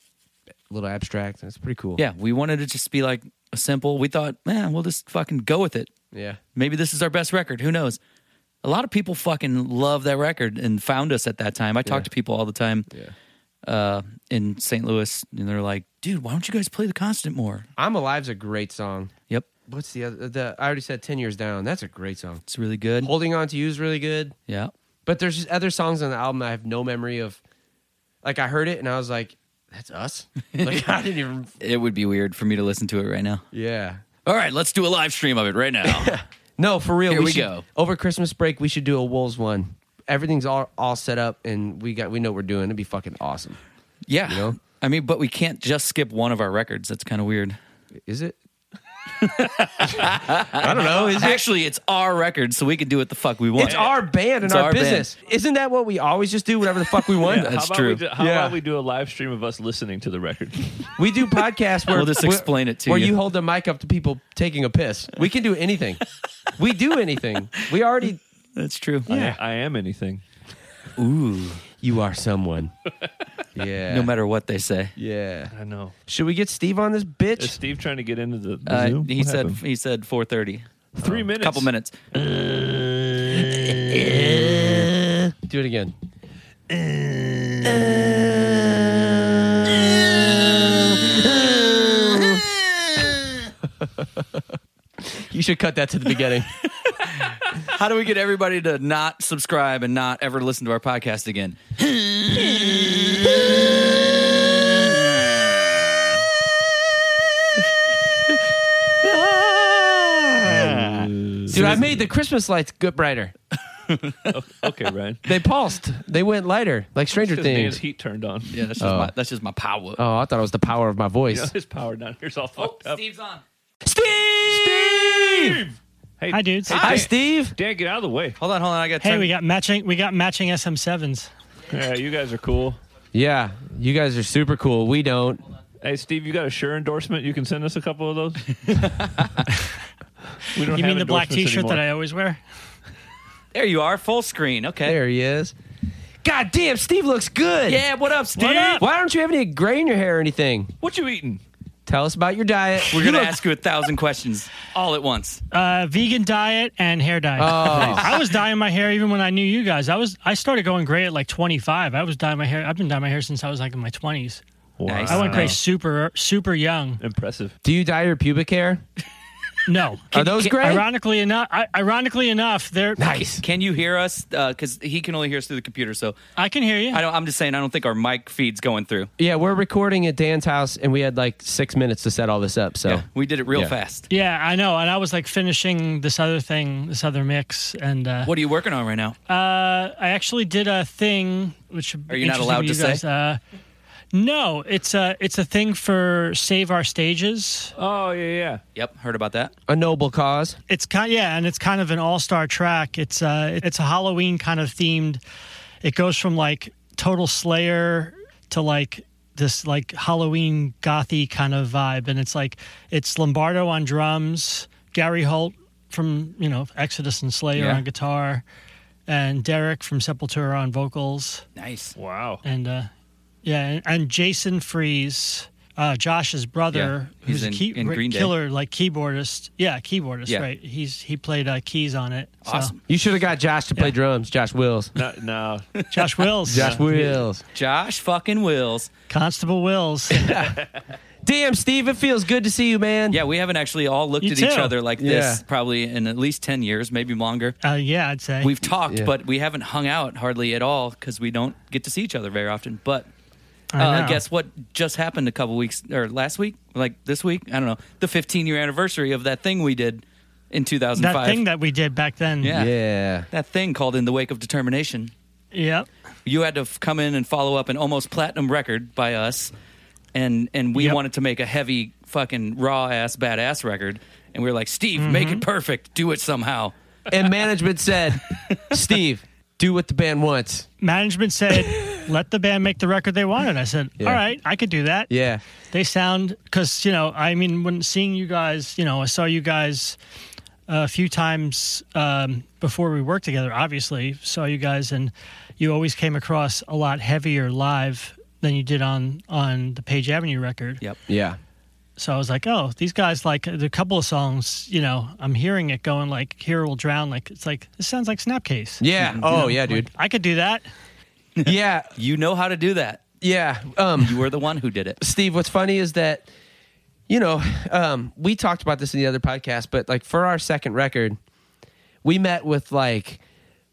a little abstract and it's pretty cool. Yeah, we wanted to just be like a simple. We thought, man, we'll just fucking go with it. yeah. Maybe this is our best record. Who knows? A lot of people fucking love that record and found us at that time. I talk to people all the time uh, in St. Louis, and they're like, dude, why don't you guys play The Constant more? I'm Alive's a great song. Yep, What's the other? The I already said Ten Years Down. That's a great song. it's really good. Holding on to you is really good. Yeah. But there's just other songs on the album I have no memory of. Like I heard it and I was like, "That's us." Like I didn't even. It would be weird for me to listen to it right now. Yeah. All right, let's do a live stream of it right now. No, for real. Here we should- go. Over Christmas break, we should do a Wolves one. everything's all all set up and we got we know what we're doing. It'd be fucking awesome. Yeah. You know? I mean, but we can't just skip one of our records. That's kind of weird. Is it? I don't know. Is it? Actually, it's our record, so we can do what the fuck we want. It's our band and It's our, our band. business. Isn't that what we always just do? Whatever the fuck we want. Yeah. That's how about true. We do, how Yeah. about we do a live stream of us listening to the record? We do podcasts where We'll just where- explain it to where you. you hold the mic up to people taking a piss. We can do anything. we do anything. We already. That's true. I, I am anything. Ooh. You are someone. Yeah. No matter what they say. Yeah. I know. Should we get Steve on this Is bitch? Steve trying to get into the, the Uh, Zoom? he What said happened? he said 4:30. three minutes. A couple minutes. Do it again. you should cut that to the beginning. How do we get everybody to not subscribe and not ever listen to our podcast again? Dude, I made the Christmas lights good brighter. Okay, Ryan. They pulsed. They went lighter, like Stranger Because Man's Things. heat turned on. Yeah, that's just my that's just my power. oh, I thought it was the power of my voice. You know, his power down here's all Oh, fucked up. Steve's on. Steve! Steve! Hey, Hi, dudes. Hi, Dan- Steve. Dan, get out of the way. Hold on, hold on. I got Hey, we got matching. We got matching SM7s. Yeah, you guys are cool. Yeah, you guys are super cool. We don't. Hey, Steve, you got a sure endorsement? You can send us a couple of those. we don't You have mean the black endorsements T-shirt anymore. that I always wear? There you are, full screen. Okay. There he is. God damn, Steve looks good. Yeah, what up, Steve? What up? Why don't you have any gray in your hair or anything? What you eating? Tell us about your diet. We're gonna You look- ask you a thousand questions all at once. Uh, vegan diet and hair dye. I was dyeing my hair even when I knew you guys. I was. I started going gray at like 25. I was dyeing my hair. I've been dyeing my hair since I was like in my 20s. Nice. I went gray Wow. super super young. Impressive. Do you dye your pubic hair? No. Are those gray? Ironically enough, I, ironically enough, there nice. Can you hear us? Because he can only hear us through the computer. So I can hear you. I don't. I'm just saying. I don't think our mic feed's going through. Yeah, we're recording at Dan's house, and we had like six minutes to set all this up. So Yeah, we did it real Yeah. fast. yeah, I know. And I was like finishing this other thing, this other mix, and uh, What are you working on right now? Uh, I actually did a thing which should be Are you not interesting allowed to you to guys. say? Uh, no, it's a it's a thing for save our stages. Oh, yeah, yeah. yep, heard about that. a noble cause. It's kind yeah, and it's kind of an all star track. It's uh it's a Halloween kind of themed. It goes from like total Slayer to like this like Halloween gothy kind of vibe, and it's like it's Lombardo on drums, Gary Holt from you know Exodus and Slayer Yeah. on guitar, and Derek from Sepultura on vocals Nice. Wow. and uh, yeah, and, and Jason Freeze, uh, Josh's brother, Yeah, he's who's a in- key, in re- Green Day. killer, like keyboardist. Yeah, keyboardist. Yeah. Right. He's he played uh, keys on it. So. Awesome. You should have got Josh to play drums. Josh Wills. No, no. Josh Wills, Josh Wills. Josh fucking Wills. Constable Wills. Damn, Steve, it feels good to see you, man. Yeah, we haven't actually all looked You at each too. other like this Yeah. probably in at least ten years, maybe longer. uh, yeah, I'd say. We've talked, Yeah. but we haven't hung out hardly at all because we don't get to see each other very often. But I uh, know. guess what just happened a couple weeks or last week, like this week? I don't know. The 15 year anniversary of that thing we did in 2005. that thing that we did back then. Yeah. Yeah. That thing called In the Wake of Determination. Yep. You had to f- come in and follow up an almost platinum record by us, and and we Yep. wanted to make a heavy fucking raw ass badass record, and we were like, Steve, Mm-hmm. make it perfect, do it somehow. And management said, Steve, do what the band wants. Management said, "Let the band make the record they wanted." I said, Yeah. "All right, I could do that." Yeah. they sound because you know i mean when seeing you guys you know i saw you guys a few times um, before we worked together obviously saw you guys and you always came across a lot heavier live than you did on on the page avenue record Yep. Yeah. so i was like oh these guys like the couple of songs you know i'm hearing it going like here will drown like it's like this sounds like snapcase Yeah. Oh, yeah, dude. i could do that Yeah. You know how to do that. Yeah. Um, You were the one who did it. Steve, what's funny is that, you know, um, we talked about this in the other podcast, but like for our second record, we met with like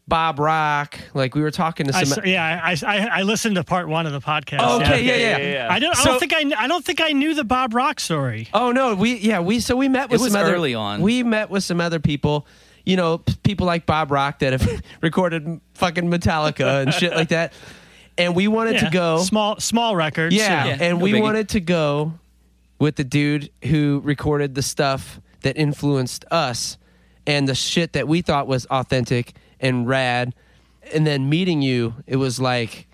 Bob Rock. Like we were talking to I, some. Oh, s- yeah, I, I I listened to part one of the podcast. okay, yeah, yeah. yeah, yeah, yeah. I don't. I So- don't think I. kn- I don't think I knew the Bob Rock story. Oh no, we yeah we so we met with was some other, early on. We met with some other people, you know, p- people like Bob Rock that have recorded fucking Metallica and shit like that, and we wanted Yeah. to go. small small records. Yeah, Yeah, and no we biggie. wanted to go with the dude who recorded the stuff that influenced us and the shit that we thought was authentic and rad. And then meeting you, it was like,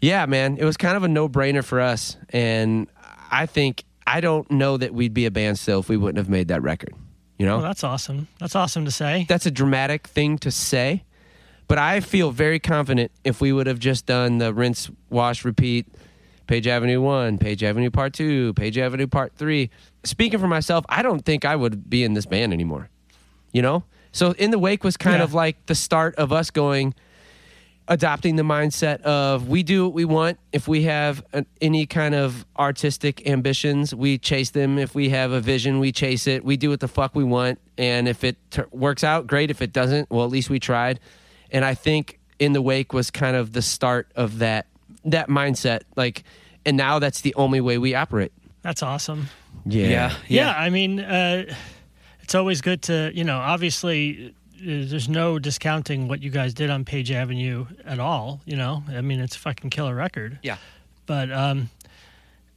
yeah, man, it was kind of a no brainer for us. And I think, I don't know that we'd be a band still if we wouldn't have made that record. You know? Well, that's awesome. That's awesome to say. that's a dramatic thing to say, but I feel very confident if we would have just done the rinse, wash, repeat, Page Avenue one, Page Avenue part two, Page Avenue part three. Speaking for myself, I don't think I would be in this band anymore. You know? So In the Wake was kind Yeah. of like the start of us going, adopting the mindset of we do what we want. If we have an, any kind of artistic ambitions, we chase them. If we have a vision, we chase it. We do what the fuck we want. And if it tur works out, great. If it doesn't, well, at least we tried. And I think in the wake was kind of the start of that that mindset. Like, and now that's the only way we operate. That's awesome. Yeah. yeah, Yeah, I mean, uh, it's always good to you know. Obviously, uh, there's no discounting what you guys did on Page Avenue at all. You know, I mean, it's a fucking killer record. yeah. but um,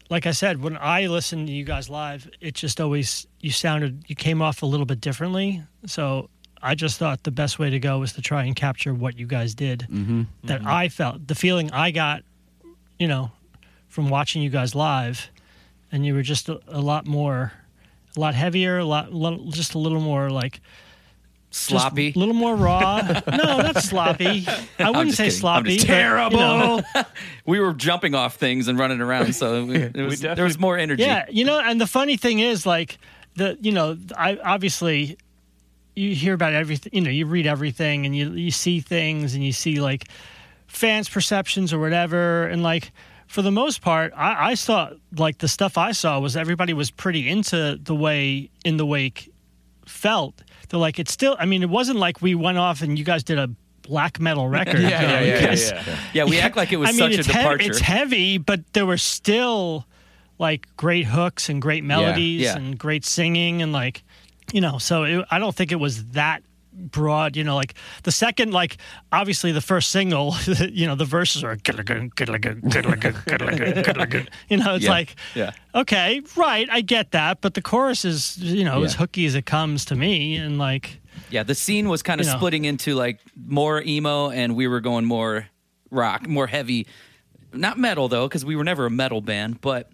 like I said, when I listened to you guys live, it just always you sounded you came off a little bit differently. So I just thought the best way to go was to try and capture what you guys did Mm-hmm. that I felt the feeling I got, you know, from watching you guys live, and you were just a, a lot more, a lot heavier, a lot, lo- just a little more like just Sloppy. a little more raw. no, not sloppy. I wouldn't just kidding. say I'm sloppy. just but, you terrible. know. we were jumping off things and running around, so it was, there was definitely- more energy. Yeah, you know, and the funny thing is, like the you know, I obviously you hear about everything. You know, you read everything, and you you see things, and you see like fans' perceptions or whatever, and like. For the most part, I, I saw like the stuff I saw was everybody was pretty into the way in the wake felt. They're like it's still. I mean, it wasn't like we went off and you guys did a black metal record. Yeah, yeah, You yeah, guys- yeah. yeah. We act like it was I mean, such a it's heav- departure. it's heavy, but there were still like great hooks and great melodies yeah. and great singing and like you know. So it, I don't think it was that broad. You know, like the second, like obviously the first single, you know, the verses are you know, it's Yeah, like yeah. okay, right, I get that, but the chorus is you know as Yeah. hooky as it comes to me, and like yeah, the scene was kind of You know. splitting into like more emo, and we were going more rock, more heavy, not metal though, because we were never a metal band. But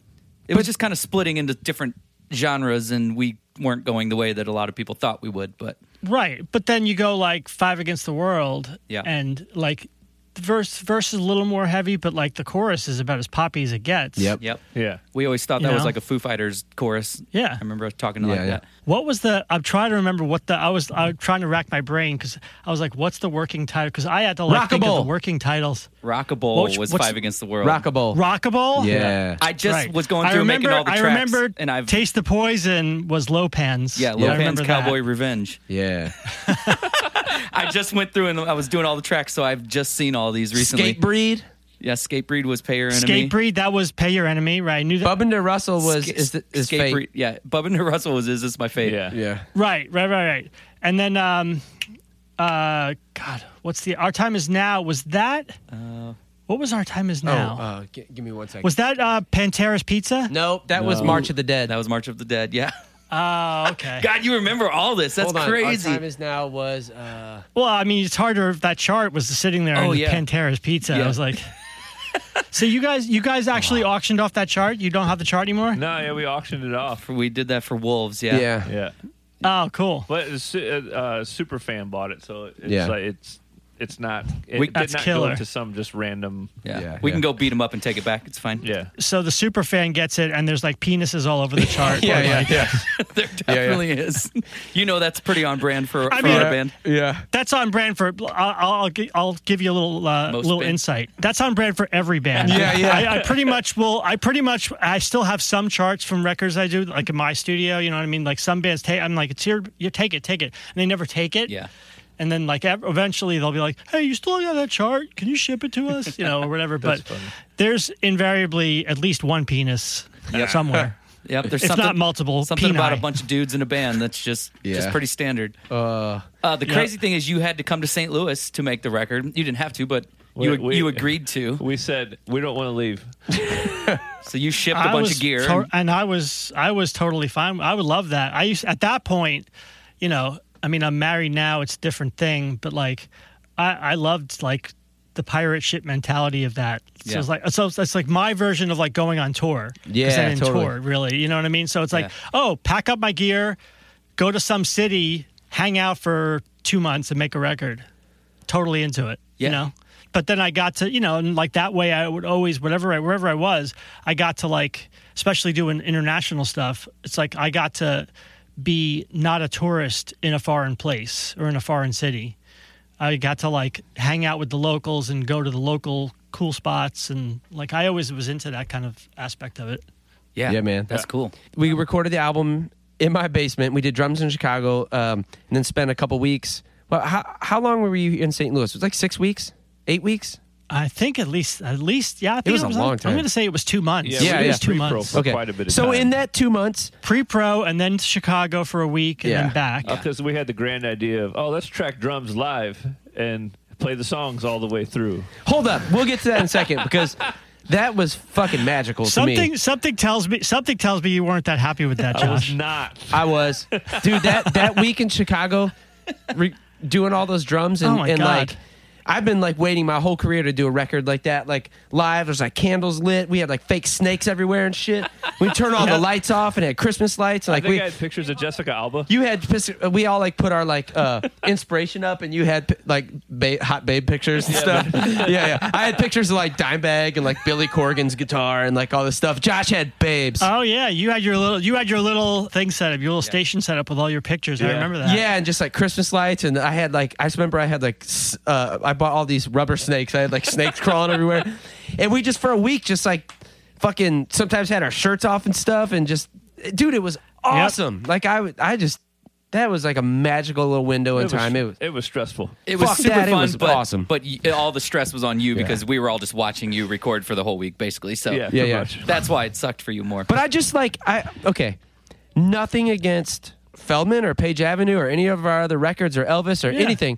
it was just kind of splitting into different genres, and we weren't going the way that a lot of people thought we would. But Right, but then you go like Five Against the World, Yeah. and like the verse verse is a little more heavy, but like the chorus is about as poppy as it gets. Yep. yep, Yeah. we always thought You that was know? like a Foo Fighters chorus. Yeah. I remember talking to Yeah, like yeah. that. What was the? I'm trying to remember what the I was. I'm trying to rack my brain because I was like, what's the working title? Because I had to like think of Rockable. the working titles. Rockable What's- was what's- Five Against the World. Rockable. Rockable. Yeah. I just Right. was going I through remember, making all the I tracks, remember and I've Taste the Poison was Lopan's. yeah, I Lopan's remember that. Cowboy Revenge. yeah. I just went through and I was doing all the tracks, so I've just seen all these recently. Skate Breed. yeah, Skate Breed was Pay Your Enemy. Skate Breed, that was Pay Your Enemy, right? I knew that. Bubbinder Russell was Sk- is, the, is Skate fate. Breed. Yeah, Bubba New Russell was Is This My Fate? Yeah. Yeah. Right, right, right, right. And then, um, uh, God, what's the Our Time Is Now? Was that what was Our Time Is Oh, Now? uh, g- give me one second. was that uh, Pantera's Pizza? No, that was March of the Dead. That was March of the Dead. Yeah. Oh, okay. God, you remember all this. That's Hold on. crazy. Our time is now was uh, Well, I mean, it's harder if that chart was sitting there Oh, and yeah. Pantera's Pizza. Yeah. I was like, so you guys, you guys actually auctioned off that chart? You don't have the chart anymore? No, yeah, we auctioned it off. we did that for Wolves. Yeah. Yeah. Oh, cool. But it's, su- uh, Superfan bought it, so it's Yeah. like it's it's not it We- did That's not killer. go into some just random Yeah. Yeah, we yeah. can go beat him up and take it back. It's fine. yeah. So the super fan gets it, and there's like penises all over the chart. Or, like, there definitely is. You know that's pretty on brand for, I for mean- uh, our band. yeah. That's on brand for. I'll I'll, gi- I'll give you a little uh, Most little bands. insight. That's on brand for every band. Yeah, yeah. I, I pretty much will. I pretty much. I still have some charts from records I do, like in my studio. You know what I mean? Like some bands take. I'm like, it's your. You take it, take it, and they never take it. Yeah. and then like ev- eventually they'll be like, "Hey, you still got that chart? Can you ship it to us?" You know, or whatever. but there's invariably at least one penis somewhere. Yep, there's If something, not multiple, something about a peni. bunch of dudes in a band that's just just Yeah. pretty standard. Uh, the crazy thing is, you had to come to St. Louis to make the record. You didn't have to, but you Wait, wait. you agreed to. We said we don't want to leave. So you shipped a I bunch was of gear. to- and- and I was I was totally fine. I would love that. I used at that point, you know. I mean, I'm married now; it's a different thing. But like, I I loved like the pirate ship mentality of that. So Yeah. it's like so that's like my version of like going on tour. 'Cause Yeah, I didn't totally. tour really. You know what I mean? So it's like, Yeah. oh, pack up my gear, go to some city, hang out for two months, and make a record totally into it. Yeah. You know, but then I got to you know, and like that way, I would always whatever I wherever I was, I got to like, especially doing international stuff. It's like I got to be not a tourist in a foreign place or in a foreign city. I got to like hang out with the locals and go to the local cool spots and like I always was into that kind of aspect of it. yeah, Yeah, man. that's cool. we recorded the album in my basement. We did drums in Chicago, um, and then spent a couple weeks. Well, how how long were you in St. Louis? It was like six weeks, eight weeks. I think at least at least yeah, I think was a long I'm time. going to say it was two months. Yeah, it yeah. was two Pre-pro months. for quite a bit of so time. in that two months, Pre-pro and then to Chicago for a week and Yeah. then back. Because Uh, we had the grand idea of, oh, let's track drums live and play the songs all the way through. hold up, we'll get to that in a second because that was fucking magical to Something me. something tells me something tells me you weren't that happy with that, I was Josh. not. I was, dude. That that week in Chicago, re- doing all those drums and, Oh my and God. like. I've been like waiting my whole career to do a record like that, like live. There's like candles lit. We had like fake snakes everywhere and shit. We turned all Yeah. the lights off and had Christmas lights. And, I like think we I had pictures of Jessica Alba. you had pis- we all like put our like uh inspiration up and you had pi- like ba- hot babe pictures and stuff yeah yeah i had pictures of like dimebag and like billy corgan's guitar and like all this stuff josh had babes Oh yeah, you had your little you had your little thing set up, your little station set up with all your pictures. I Yeah. remember that. yeah, and just like Christmas lights, and I had like I just remember I had like s- uh, I bought all these rubber snakes. I had like snakes crawling everywhere, and we just for a week just like fucking sometimes had our shirts off and stuff, and just dude, it was awesome. Like I w- I just that was like a magical little window in It was, time. It was it was stressful. It was Fuck super that, it fun, was but awesome. but y- all the stress was on you because we were all just watching you record for the whole week, basically. So Yeah, Yeah, pretty yeah. much. that's why it sucked for you more. But I just like I okay. Nothing against Feldman or Page Avenue or any of our other records or Elvis or anything.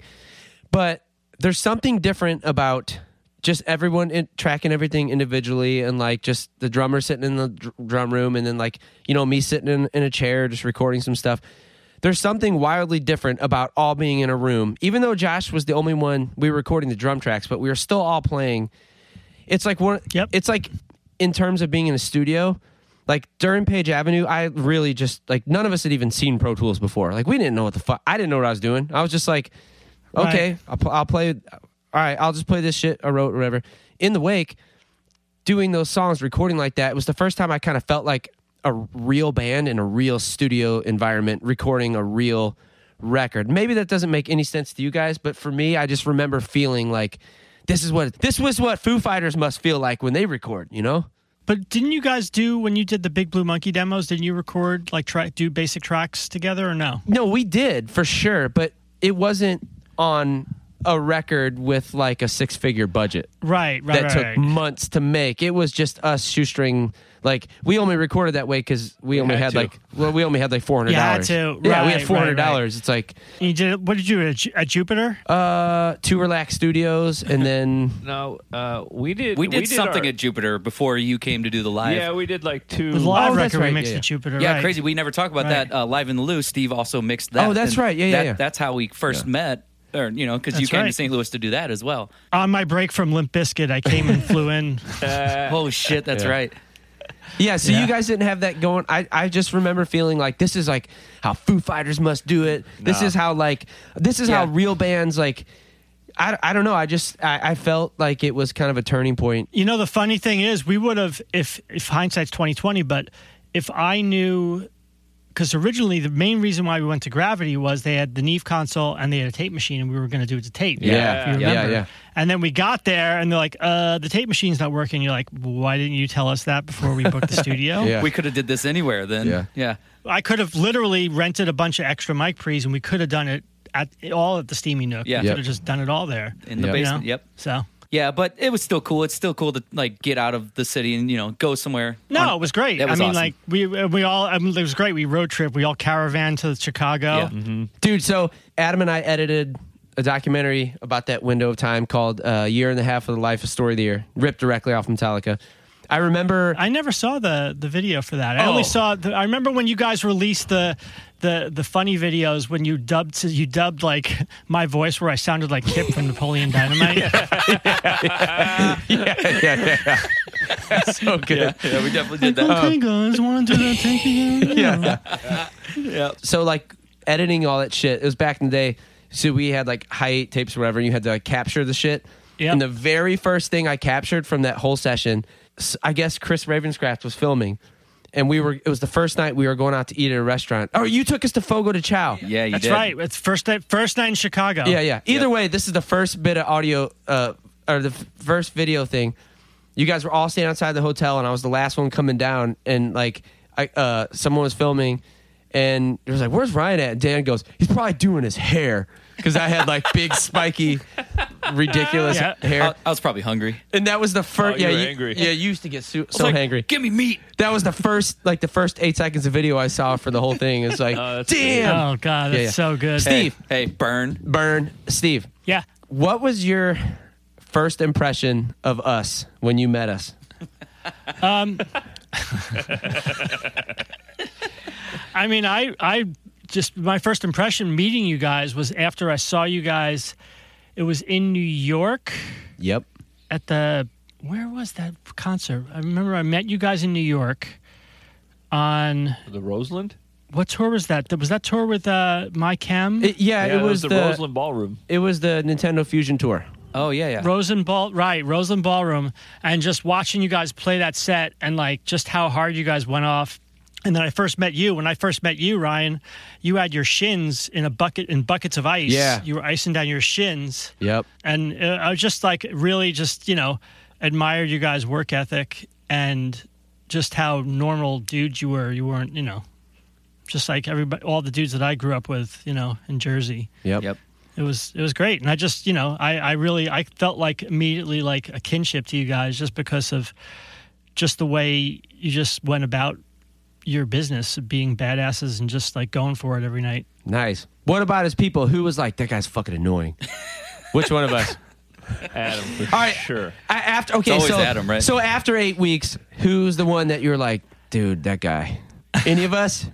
But there's something different about just everyone in, tracking everything individually and like just the drummer sitting in the dr- drum room and then like you know me sitting in, in a chair just recording some stuff. There's something wildly different about all being in a room. Even though Josh was the only one we were recording the drum tracks, but we were still all playing it's like one. Yep. It's like in terms of being in a studio, like during Page Avenue, I really just like none of us had even seen Pro Tools before. Like we didn't know what the fuck. I didn't know what I was doing. I was just like, okay, Right. I'll, pl- I'll play. All right, I'll just play this shit I wrote or whatever. In the wake, doing those songs, recording like that, it was the first time I kind of felt like a real band in a real studio environment, recording a real record. Maybe that doesn't make any sense to you guys, but for me, I just remember feeling like this is what this was what Foo Fighters must feel like when they record, you know? But didn't you guys do when you did the Big Blue Monkey demos? Didn't you record like try do basic tracks together or no? No, we did for sure, but it wasn't on a record with like a six figure budget. Right, right, that right. took right. months to make. It was just us shoestring. Like we only recorded that way because we only had, had to. like well, we only had like four hundred You had dollars. to. Yeah, we Right, had right, four hundred dollars. right. It's like And you did it, what did you do at, Ju- at Jupiter? uh, two relax studios, and then No, uh, we did. we did something our- at Jupiter before you came to do the live. yeah, we did like two. the live oh, that's record right, we mixed yeah, yeah. at Jupiter. Yeah, right. crazy. We never talk about Right. that. Uh, Live in the Lou, Steve also mixed that. Oh, that's and right. Yeah, yeah, that- yeah. That's how we first met, or you know, because you That's came to right. St. Louis to do that as well. On my break from Limp Bizkit, I came and flew in. Holy shit, that's right. yeah. So Yeah. you guys didn't have that going. I I just remember feeling like this is like how Foo Fighters must do it. This Nah. is how like this is how Yeah. real bands like. I, I don't know. I just I, I felt like it was kind of a turning point. You know, the funny thing is, we would have if if hindsight's twenty twenty. But if I knew, because originally the main reason why we went to Gravity was they had the Neve console and they had a tape machine, and we were going to do it to tape. Yeah. if you remember. yeah, yeah. And then we got there, and they're like, "Uh, the tape machine's not working." You're like, "Why didn't you tell us that before we booked the studio?" Yeah. We could have did this anywhere then. Yeah. yeah. I could have literally rented a bunch of extra mic pre's, and we could have done it at all at the Steamy Nook. Yeah. You Yep. could have just done it all there. in the Yep. you know? basement. Yep. So Yeah, but it was still cool. It's still cool to like get out of the city and you know go somewhere. no, on- it was great. That was I mean, awesome. like we we all I mean, it was great. We road trip. We all caravan to Chicago. Yeah. Mm-hmm. Mm-hmm. dude. So Adam and I edited a documentary about that window of time called uh, "Year and a Half of the Life: A Story of the Year," ripped directly off Metallica. I remember I never saw the the video for that. I Oh. only saw. The, I remember when you guys released the the the funny videos when you dubbed you dubbed like my voice where I sounded like Kip from Napoleon Dynamite. so good. Yeah, we definitely did that. Okay, guys, want to do that take again? yeah. So like editing all that shit. It was back in the day. So we had like height tapes or whatever. And you had to like capture the shit. Yep. And the very first thing I captured from that whole session, s- I guess Chris Ravenscraft was filming, and we were. It was the first night we were going out to eat at a restaurant. Oh, you took us to Fogo de Chow. Yeah, you That's did. right. It's first night, first night in Chicago. Yeah, yeah. Um, Either way, this is the first bit of audio uh, or the f- first video thing. You guys were all standing outside the hotel, and I was the last one coming down, and like I, uh, someone was filming, and it was like, "Where's Ryan at?" And Dan goes, "He's probably doing his hair." Because I had like big, spiky, ridiculous Yeah. hair, I, I was probably hungry. and that was the first. Oh, you yeah, were you, angry. yeah, you used to get so, so It's like, angry. Give me meat. That was the first, like the first eight seconds of video I saw for the whole thing. It's like, Oh, that's damn, Oh God, that's Yeah, yeah. so good. Hey, Steve. hey, burn. burn, Steve. Yeah. What was your first impression of us when you met us? I mean, I I just my first impression meeting you guys was after I saw you guys. It was in New York Yep. at the where was that concert? I remember I met you guys in New York on The Roseland? what tour was that? That- Was that tour with uh, My Chem? yeah, Yeah, it was, the, the Roseland Ballroom. it was the Nintendo Fusion Tour. Oh yeah, yeah. Rosenball, right, Roseland Ballroom, and just watching you guys play that set and like just how hard you guys went off. And then I first met you. When I first met you, Ryan, you had your shins in a bucket in buckets of ice. Yeah. you were icing down your shins, Yep. and uh, I was just like really just you know admired you guys' work ethic and just how normal dudes you were. You weren't you know just like everybody, all the dudes that I grew up with, you know, in Jersey Yep. Yep. it was it was great and i just you know i i really i felt like immediately like a kinship to you guys just because of just the way you just went about your business being badasses and just like going for it every night Nice. What about his people? Who was like that guy's fucking annoying? Which one of us? Adam, for All right. sure. I, after okay, always so Adam, right? so after eight weeks, who's the one that you're like, dude, that guy? Any of us?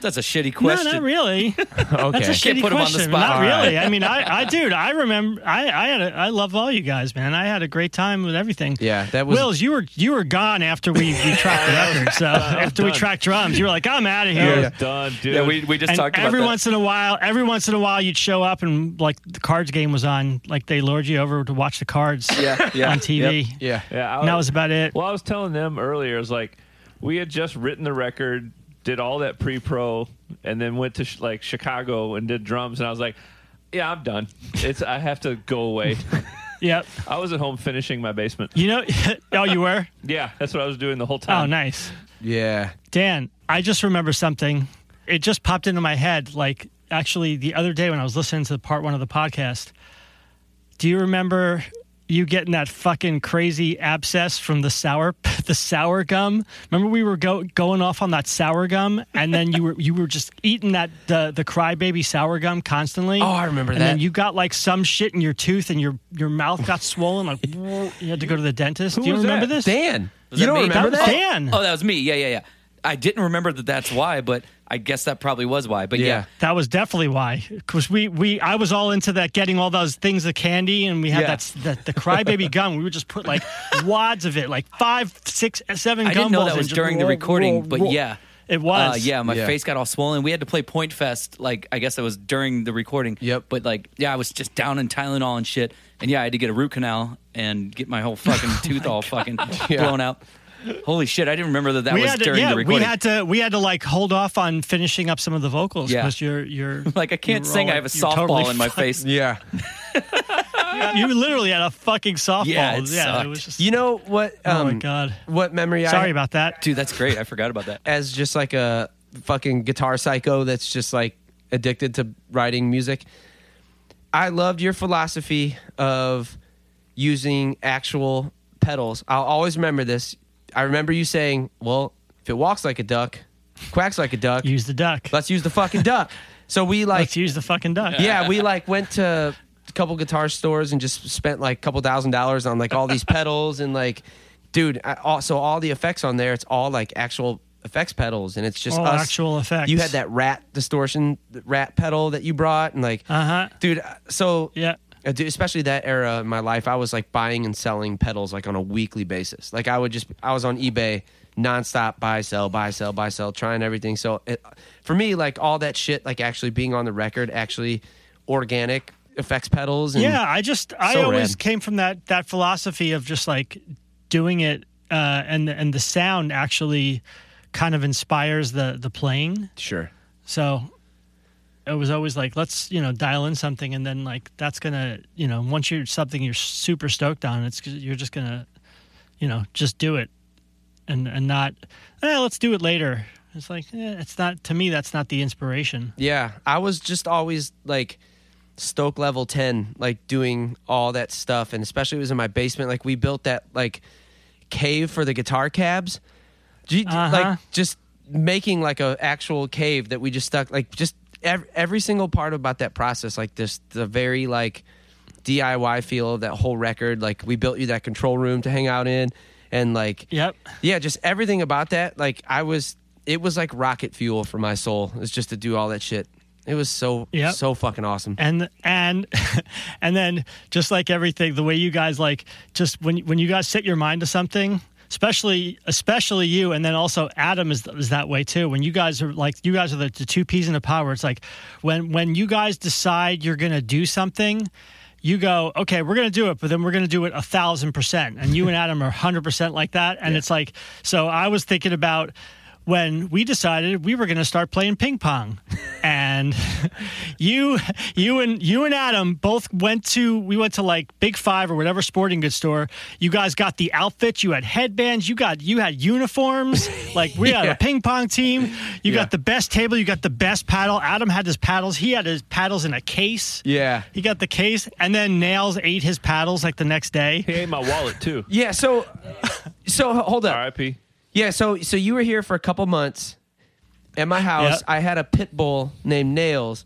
That's a shitty question. no not really Okay. that's a shitty Can't put 'em on the question spot. not All right. really i mean i i dude i remember i i had a, i love all you guys man i had a great time with everything Yeah, that was- wills you were you were gone after we, we tracked the record so after we done. tracked drums you were like i'm out of I here was done, dude. yeah, we, we just and talked about every that. once in a while, every once in a while, you'd show up and like the cards game was on, like they lured you over to watch the cards yeah, yeah, on TV, Yep. yeah. yeah, I and that was about it. Well, I was telling them earlier, I was like, we had just written the record, did all that pre-pro, and then went to sh- like Chicago and did drums, and I was like, yeah, I'm done. It's I have to go away. Yep. I was at home finishing my basement. You know, oh, you were. Yeah, that's what I was doing the whole time. Oh, nice, Yeah. Dan. I just remember something. It just popped into my head. Like actually, the other day when I was listening to the part one of the podcast, do you remember? You getting that fucking crazy abscess from the sour the sour gum? Remember we were go, going off on that sour gum, and then you were you were just eating that the the crybaby sour gum constantly. Oh, I remember And then that. you got like some shit in your tooth, and your your mouth got swollen. Like you had to go to the dentist. Who do you was remember that? this? Dan. Was you that don't me? remember That that? was Dan. Oh, that was me. Yeah, yeah, yeah. I didn't remember that. That's why, but I guess that probably was why. But yeah, Yeah. That was definitely why, because we, we I was all into that getting all those things of candy, and we had Yeah. that s- that the crybaby gum. We would just put like wads of it, like five, six, seven. I didn't know gumballs that and was just during the roll, recording, roll, but roll. yeah. it was. Uh, yeah, my Yeah. face got all swollen. We had to play Point Fest. Like, I guess that was during the recording. Yep. But like, yeah, I was just down in Tylenol and shit. And yeah, I had to get a root canal and get my whole fucking tooth all fucking Oh Yeah. blown out. Holy shit! I didn't remember that that we was had to, during yeah, the we recording. had to, we had to like hold off on finishing up some of the vocals Yeah. because you're, you're like, I can't you're sing. all- I have a you're totally softball in my fucked. face. Yeah. You literally had a fucking softball. Yeah, it yeah, sucked. it was just. You know what? oh Um, my god. What memory? I Sorry about that. Dude, that's great. I forgot about that. as just like a fucking guitar psycho that's just like addicted to writing music. I loved your philosophy of using actual pedals. I'll always remember this. I remember you saying, "Well, if it walks like a duck, quacks like a duck, Use the duck. let's use the fucking duck." So we like Let's use the fucking duck. yeah, we like went to a couple guitar stores and just spent like a couple thousand dollars on like all these pedals and like, dude. I, all, so all the effects on there, it's all like actual effects pedals, and it's just All us. actual effects. You had that rat distortion, rat pedal that you brought, and like, Uh huh. dude. So Yeah. uh, dude, especially that era in my life, I was like buying and selling pedals like on a weekly basis. Like I would just, I was on eBay nonstop, buy, sell, buy, sell, buy, sell, trying everything. So it, for me, like all that shit, like actually being on the record, actually organic effects pedals. And Yeah, I just I So always rad. came from that that philosophy of just like doing it uh, and and the sound actually kind of inspires the the playing. sure. So it was always like let's you know dial in something and then like that's gonna you know once you're something you're super stoked on it's you're just gonna you know just do it and and not eh, let's do it later. It's like eh, it's not to me that's not the inspiration. Yeah, I was just always like Stoke level 10, like doing all that stuff. And especially it was in my basement. Like we built that like cave for the guitar cabs. G- Uh-huh. Like just making like a actual cave that we just stuck, like just ev- every single part about that process, like this, the very like DIY feel of that whole record. Like we built you that control room to hang out in. And like, Yep. yeah, just everything about that. Like I was, it was like rocket fuel for my soul. It's just to do all that shit. It was so Yep. so fucking awesome. and and and then just like everything the way you guys like just when when you guys set your mind to something especially especially you and then also adam is, is that way too when you guys are like you guys are the, the two peas in a power it's like when when you guys decide you're gonna do something you go okay we're gonna do it but then we're gonna do it a thousand percent and you and adam are 100% like that and it's like so i was thinking about when we decided we were going to start playing ping pong and you you and you and Adam both went to we went to like Big 5 or whatever sporting goods store you guys got the outfits you had headbands you got you had uniforms like we had Yeah. a ping pong team you Yeah. got the best table you got the best paddle Adam had his paddles he had his paddles in a case Yeah. he got the case and then Nails ate his paddles like the next day He ate my wallet too. Yeah. So so hold up. R.I.P. Yeah. So so you were here for a couple months at my house. Yep. I had a pit bull named Nails.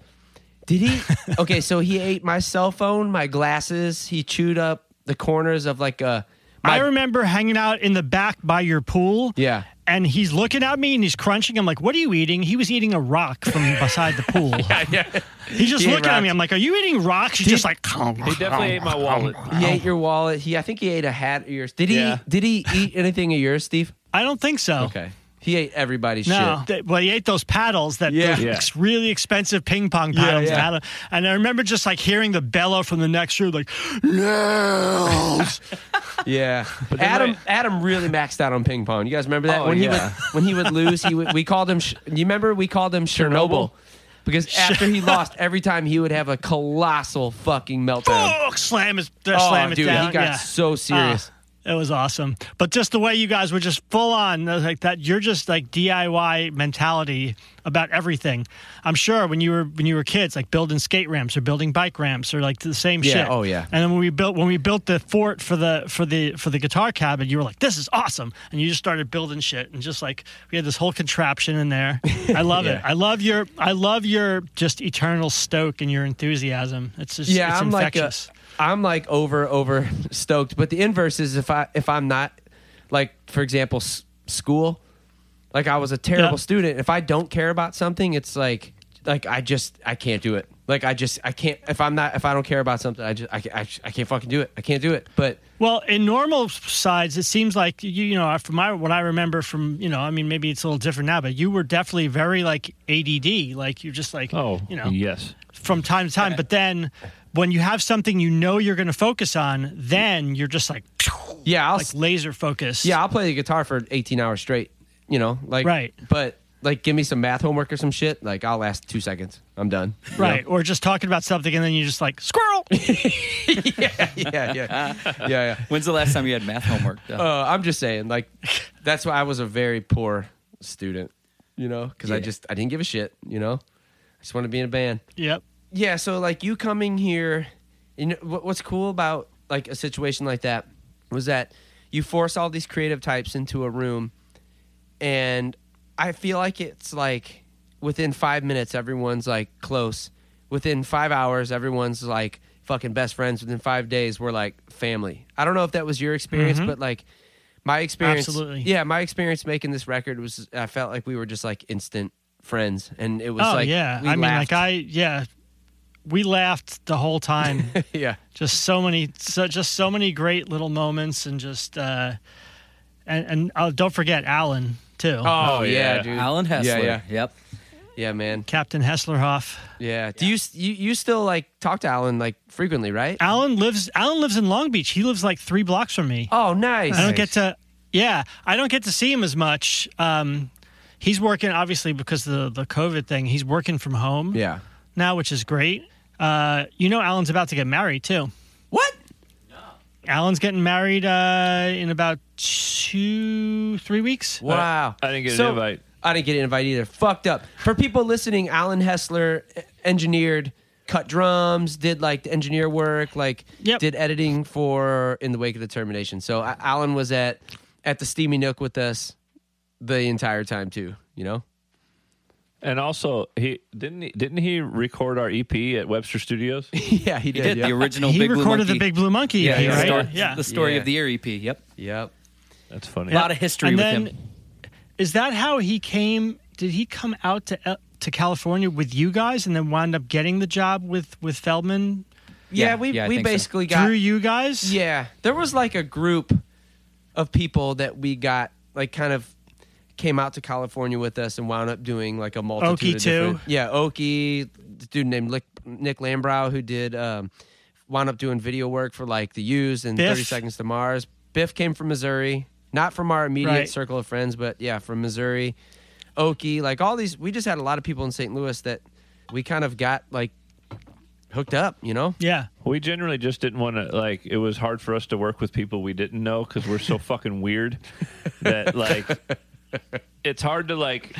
Did he? okay. So he ate my cell phone, my glasses. He chewed up the corners of like a. My, I remember hanging out in the back by your pool. Yeah. And he's looking at me and he's crunching. I'm like, what are you eating? He was eating a rock from beside the pool. He's just He ate looking at me. rocks. I'm like, are you eating rocks? He's just like, He definitely ate my wallet. oh. He ate your wallet. He, I think he ate a hat of yours. Did he? Yeah. Did he eat anything of yours, Steve? I don't think so. Okay. He ate everybody's No. shit. Th- well, he ate those paddles that Yeah. those Yeah. really expensive ping pong paddles. yeah. And, I, and I remember just like hearing the bellow from the next room, like, no. Yeah, then Adam I- Adam really maxed out on ping pong. You guys remember that Oh, when he yeah. would when he would lose, he would, we called him. Sh- You remember we called him Chernobyl, because after he lost, every time he would have a colossal fucking meltdown. oh, slam his, Oh, slam it dude, down. he got yeah. so serious. Ah, it was awesome. But just the way you guys were just full on like that you're just like DIY mentality about everything. I'm sure when you were when you were kids like building skate ramps or building bike ramps or like the same Yeah, shit. oh, yeah. And then when we built when we built the fort for the for the for the guitar cabin, you were like this is awesome and you just started building shit and just like we had this whole contraption in there. I love it. I love your I love your just eternal stoke and your enthusiasm. It's just yeah, it's I'm like a, infectious. I'm like over over stoked. But the inverse is if I if I'm not like for example s- school, like I was a terrible Yeah. student. If I don't care about something, it's like like I just I can't do it. Like I just I can't if I'm not if I don't care about something, I just I ca- I, sh- I can't fucking do it. I can't do it. But Well, in normal sides, it seems like you, you know, from my what I remember from you know, I mean, maybe it's a little different now, but you were definitely very like ADD, like you're just like, Oh, you know, yes. from time to time. But then when you have something you know you're going to focus on, then you're just like, yeah, I'll like laser focused. Yeah, I'll play the guitar for 18 hours straight, you know, like Right. but like give me some math homework or some shit, like I'll last 2 seconds. I'm done. you know? right. Or just talking about something and then you're just like squirrel. yeah, yeah. Yeah, yeah. When's the last time you had math homework? though? Uh, I'm just saying, like, that's why I was a very poor student, you know, because I Yeah. just I didn't give a shit, you know. I just wanted to be in a band. yep. yeah, so like you coming here, you know what, what's cool about like a situation like that was that you force all these creative types into a room, and I feel like it's like within five minutes everyone's like close. Within five hours, everyone's like fucking best friends. Within five days, we're like family. I don't know if that was your experience, but like my experience, Mm-hmm. Absolutely. yeah, my experience making this record was I felt like we were just like instant friends, and it was oh like yeah, we I mean laughed. like I yeah, we laughed the whole time. yeah. just so many so, just so many great little moments and just uh and and uh, don't forget Alan too. Oh, Oh, yeah, yeah. dude. Alan Hessler. Yeah, yeah, Yep. yeah, man. Captain Hesslerhoff. Yeah. Do you you you still like talk to Alan like frequently, right? Alan lives Alan lives in Long Beach. He lives like 3 blocks from me. Oh, nice. I don't get to yeah, I don't get to see him as much. Um he's working obviously because of the the COVID thing. He's working from home Yeah. now, which is great. Uh you know Alan's about to get married too. What? Alan's getting married uh in about 2 3 weeks. Wow. I didn't get an So- invite. I didn't get an invite either. Fucked up. For people listening, Alan Hessler e- engineered, cut drums, did like the engineer work, like Yep. did editing for In the Wake of the Termination. So uh, Alan was at at the Steamy Nook with us the entire time too. You know. And also, he didn't he, didn't he record our EP at Webster Studios? yeah, he He did. did yep. the original he Big Blue recorded Monkey. the Big Blue Monkey, yeah, EP, yeah. right? Star- yeah. The story Yeah. of the year EP. Yep. Yep. That's funny. A lot of history and with then, him. Is that how he came? Did he come out to uh, to California with you guys and then wound up getting the job with with Feldman Yeah, Yeah, we yeah, I we think so. basically got through you guys? Yeah, there was like a group of people that we got like kind of came out to California with us and wound up doing like a multitude Oki of too. different. Yeah, Oki, the dude named Nick, Nick Lambrow who did um, wound up doing video work for like The Used and Biff. Thirty Seconds to Mars. Biff came from Missouri, not from our immediate Right. circle of friends, but yeah, from Missouri. Oki, like all these, we just had a lot of people in St. Louis that we kind of got like hooked up, you know? yeah. We generally just didn't want to like. It was hard for us to work with people we didn't know because we're so fucking weird that like it's hard to like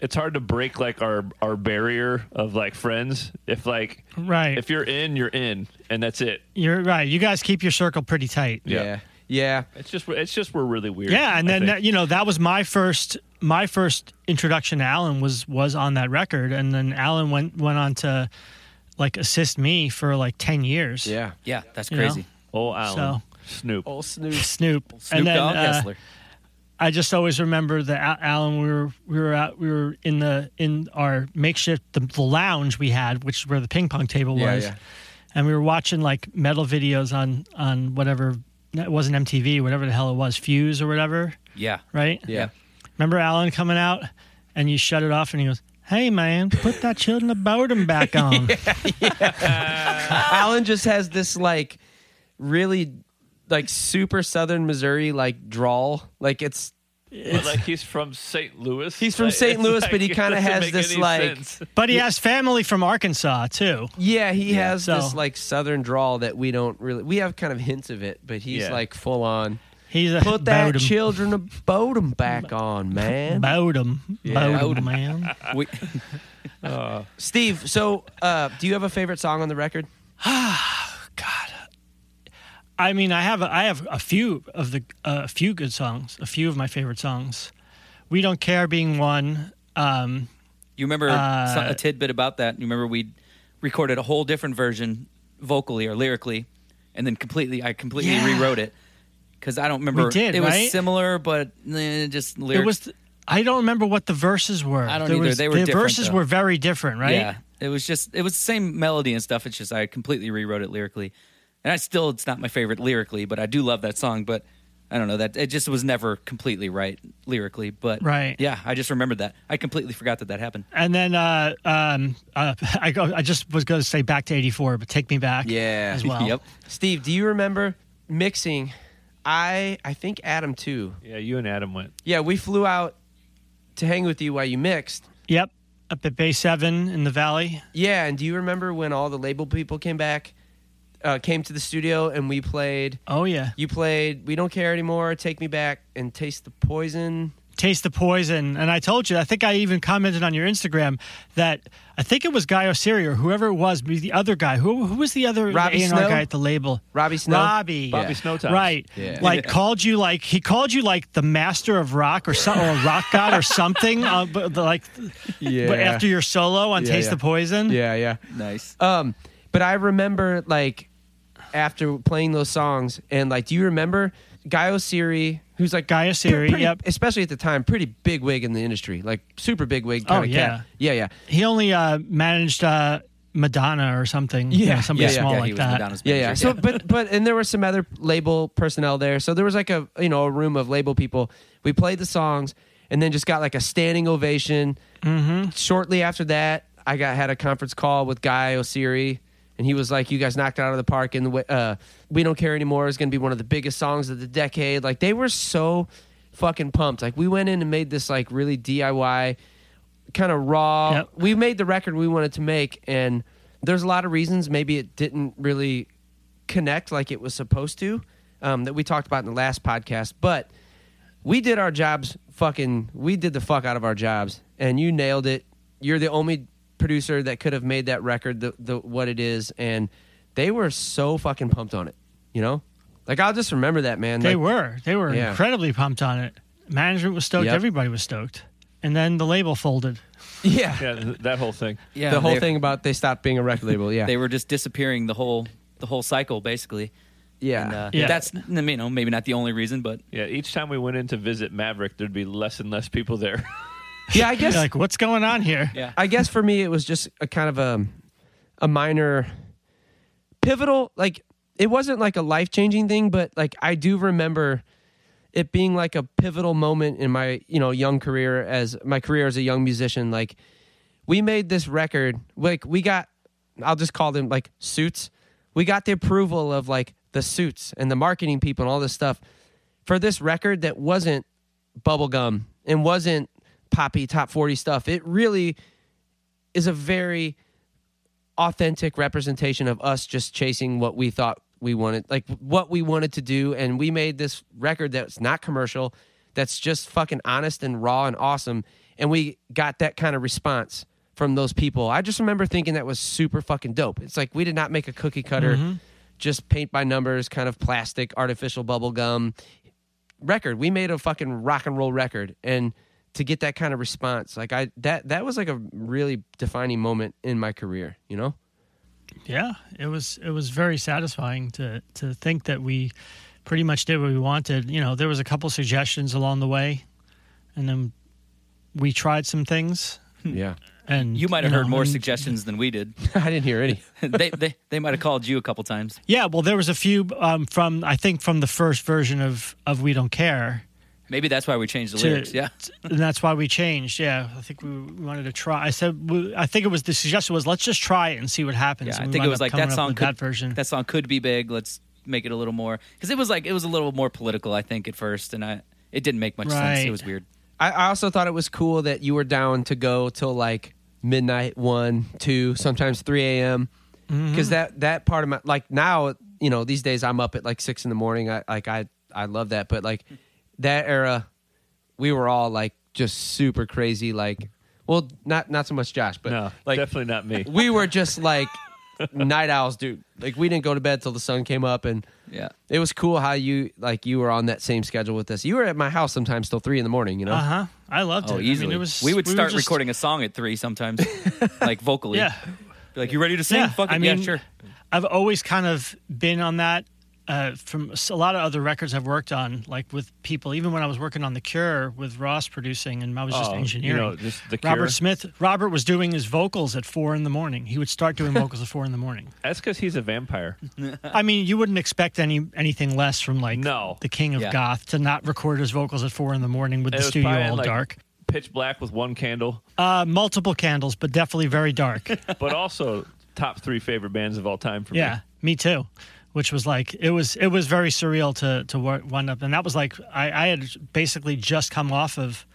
it's hard to break like our our barrier of like friends if like Right. if you're in you're in and that's it. You're right. You guys keep your circle pretty tight. Yeah. Yeah. yeah. It's just it's just we're really weird. Yeah, and I then think. that, you know that was my first my first introduction to Alan was was on that record, and then Alan went went on to like assist me for like ten years. Yeah. Yeah, that's You know? crazy. oh Alan Snoop. Old Snoop. Snoop. Snoop and then, Dogg uh, Hessler. I just always remember that Al- Alan. We were we were out. We were in the in our makeshift the, the lounge we had, which is where the ping pong table Yeah, was, yeah. and we were watching like metal videos on on whatever it wasn't MTV, whatever the hell it was, Fuse or whatever, Yeah. right? Yeah. Remember Alan coming out, and you shut it off, and he goes, "Hey man, put that children of boredom back on." Alan just has this like really like super southern Missouri like drawl. Like it's But, like he's from St. Louis. He's from Like, St. it's Louis, like, but he it kinda doesn't has make this, any like- sense. But he has family from Arkansas too. yeah, he has So- this like southern drawl that we don't really we have kind of hints of it, but he's Yeah. like full on. He's a Put that Bodum. children of Bodum back on, man. Bodum. Bodum, Bodum. man. We, Steve, so uh, do you have a favorite song on the record? I mean, I have I have a few of the uh, a few good songs, a few of my favorite songs. We don't care being one. Um, you remember Uh, so- a tidbit about that? You remember we recorded a whole different version vocally or lyrically, and then completely I completely Yeah. rewrote it because I don't remember. We did, it right? was similar, but eh, just lyrics. it was I don't remember what the verses were. I don't There either. was- They were the different, verses though. were very different, right? Yeah, it was just it was the same melody and stuff. It's just I completely rewrote it lyrically, and I still it's not my favorite lyrically, but I do love that song. But I don't know that it just was never completely right lyrically. But Right. yeah, I just remembered that. I completely forgot that that happened. And then uh, um, uh, I go. I just was going to say back to '84, but take me back. Yeah. as well. Yep. Steve, do you remember mixing? I I think Adam too. Yeah, you and Adam went. Yeah, we flew out to hang with you while you mixed. Yep. Up at Bay Seven in the Valley. Yeah, and do you remember when all the label people came back, uh, came to the studio, and we played? Oh yeah. You played "We Don't Care Anymore," "Take Me Back," and "Taste the Poison." Taste the Poison. And I told you, I think I even commented on your Instagram that I think it was Guy Osiri or whoever it was, maybe the other guy. Who, who was the other Robbie A&R Snow? guy at the label? Robbie Snow? Robbie. Bobby Snowtops. Right. Yeah. Like called you like he called you like the master of rock or some or a rock god or something. Uh, but like Yeah. but after your solo on Yeah, Taste yeah. the Poison. yeah, yeah. Nice. Um, but I remember like after playing those songs and like, do you remember Guy Osiri, who's like Guy Osiri, pretty- yep. especially at the time, pretty big wig in the industry, like super big wig. Oh, Kind of yeah. cat. yeah, yeah, He only uh, managed uh, Madonna or something. you Yeah, know, somebody yeah, yeah, small yeah, like he was that. Madonna's yeah, manager. yeah. So, but but and there was some other label personnel there. So there was like a you know a room of label people. We played the songs and then just got like a standing ovation. Mm-hmm. Shortly after that, I got had a conference call with Guy Osiri, and he was like, "You guys knocked it out of the park." And the way- uh, we don't care anymore is going to be one of the biggest songs of the decade. Like they were so fucking pumped. Like we went in and made this like really DIY kind of raw. Yep. We made the record we wanted to make, and there's a lot of reasons maybe it didn't really connect like it was supposed to um, that we talked about in the last podcast. But we did our jobs fucking, we did the fuck out of our jobs, and you nailed it. You're the only producer that could have made that record the, the what it is, and they were so fucking pumped on it, you know? Like I'll just remember that man. They Like, were. They were Yeah. incredibly pumped on it. Management was stoked. Yep. Everybody was stoked. And then the label folded. yeah. Yeah, th- that whole thing. yeah, the whole they- thing about they stopped being a record label. Yeah, They were just disappearing the whole the whole cycle basically. yeah. And, uh, Yeah. That's you know maybe not the only reason, but Yeah, each time we went in to visit Maverick, there'd be less and less people there. yeah, I You're guess like, what's going on here? yeah. I guess for me it was just a kind of a a minor pivotal like it wasn't like a life-changing thing but like I do remember it being like a pivotal moment in my you know young career as my career as a young musician like we made this record like we got I'll just call them like suits we got the approval of like the suits and the marketing people and all this stuff for this record that wasn't bubblegum and wasn't poppy top 40 stuff it really is a very authentic representation of us just chasing what we thought we wanted like what we wanted to do and we made this record that's not commercial that's just fucking honest and raw and awesome and we got that kind of response from those people i just remember thinking that was super fucking dope it's like we did not make a cookie cutter just paint by numbers kind of plastic artificial bubble gum record. We made a fucking rock and roll record, and to get that kind of response, like I that that was like a really defining moment in my career. You know? Yeah, it was it was very satisfying to to think that we pretty much did what we wanted. You know, there was a couple suggestions along the way, and then we tried some things. Yeah. And You might have heard know, more and- suggestions than we did. I didn't hear any. they they, they might have called you a couple times. Yeah, well, there was a few um, from I think from the first version of of We Don't Care. Maybe that's why we changed the to- lyrics. Yeah. t- and that's why we changed. Yeah, I think we wanted to try. I said, we, I think it was the suggestion was let's just try it and see what happens. Yeah, I And we think it was wound up like coming that up song with could that version. that song could be big. Let's make it a little more because it was like it was a little more political. I think at first, and I it didn't make much sense. It Right. was weird. I, I also thought it was cool that you were down to go till like midnight, one, two, sometimes three a.m. Because that that part of my like now, you know, these days I'm up at like six in the morning. I like I I love that, but like that era, we were all like just super crazy. Like, well, not not so much Josh, but no, like definitely not me. we were just like night owls, dude. Like we didn't go to bed till the sun came up, and Yeah. it was cool how you like you were on that same schedule with us. You were at my house sometimes till three in the morning, you know. Uh huh. I loved it. Oh, I mean, easily. it was, we would were start just- recording a song at three sometimes, like vocally. Yeah, Be like you ready to sing? yeah. Fuck it, I mean, yeah, sure. I've always kind of been on that. Uh, from s- a lot of other records I've worked on, like with people, even when I was working on The Cure with Ross producing, and I was just Oh, you engineering. know, just The Cure. Robert Smith. Robert was doing his vocals at four in the morning. He would start doing vocals at four in the morning. That's because he's a vampire. I mean, you wouldn't expect any anything less from like No. the king of Yeah. goth to not record his vocals at four in the morning with It the was studio probably in, all like, dark. Pitch black with one candle, Uh, multiple candles, but definitely very dark. but also top three favorite bands of all time for yeah, me too. Which was like it was it was very surreal to to wa- wind up, and that was like I, I had basically just come off of,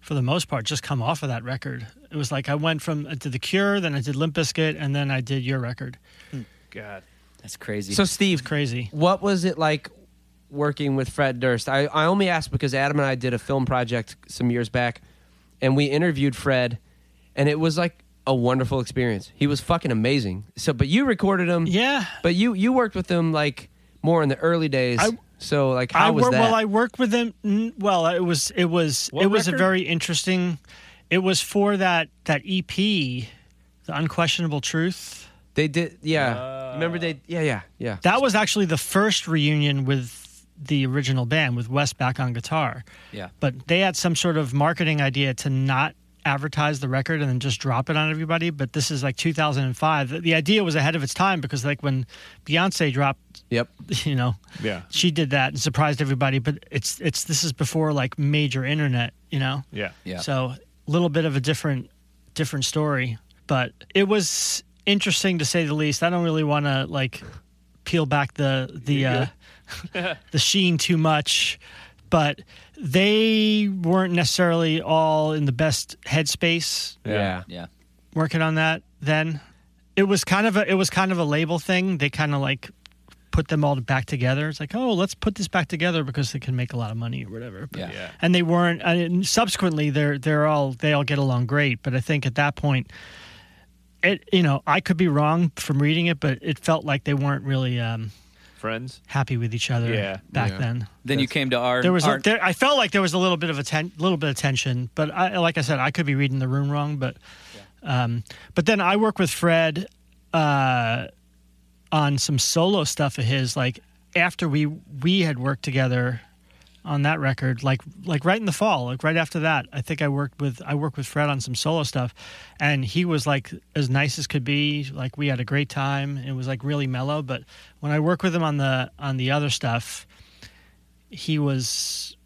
for the most part, just come off of that record. It was like I went from I did the Cure, then I did Limp Bizkit, and then I did your record. me. God. That's crazy. So Steve, Crazy. what was it like working with Fred Durst. I, I only asked because Adam and I did a film project some years back, and we interviewed Fred, and it was like a wonderful experience. He was fucking amazing. So, but you recorded him, Yeah. But you you worked with him like more in the early days. I- so like how I was wor- that? Well, I worked with them. n- Well, it was it was What it was record? a very interesting. It was for that that EP, the Unquestionable Truth. they did, yeah. Uh. Remember they? Yeah, yeah, yeah. That was actually the first reunion with the original band with Wes back on guitar. Yeah. But they had some sort of marketing idea to not advertise the record and then just drop it on everybody. But this is like 2005. The- The idea was ahead of its time because like when Beyonce dropped, yep. you know, Yeah. she did that and surprised everybody. But it's it's this is before like major internet, you know. Yeah. Yeah. So a little bit of a different different story, but it was interesting to say the least. I don't really want to like peel back the the uh, the sheen too much, but they weren't necessarily all in the best headspace Yeah. yeah. working on that then. It was kind of a it was kind of a label thing. They kind of like put them all back together. It's like, "Oh, let's put this back together because they can make a lot of money or whatever." But Yeah. Yeah. and they weren't. And subsequently, they're they're all they all get along great. But I think at that point, it you know I could be wrong from reading it, but it felt like they weren't really um, Friends. happy with each other Yeah. back Yeah. then. Then you came to our. There was our, a, there, I felt like there was a little bit of a ten, little bit of tension, but I, like I said, I could be reading the room wrong. But um, but then I work with Fred uh, on some solo stuff of his. Like after we we had worked together on that record, like like right in the fall, like right after that, I think I worked with I worked with Fred on some solo stuff, and he was like as nice as could be. Like we had a great time. It was like really mellow. But when I work with him on the on the other stuff he was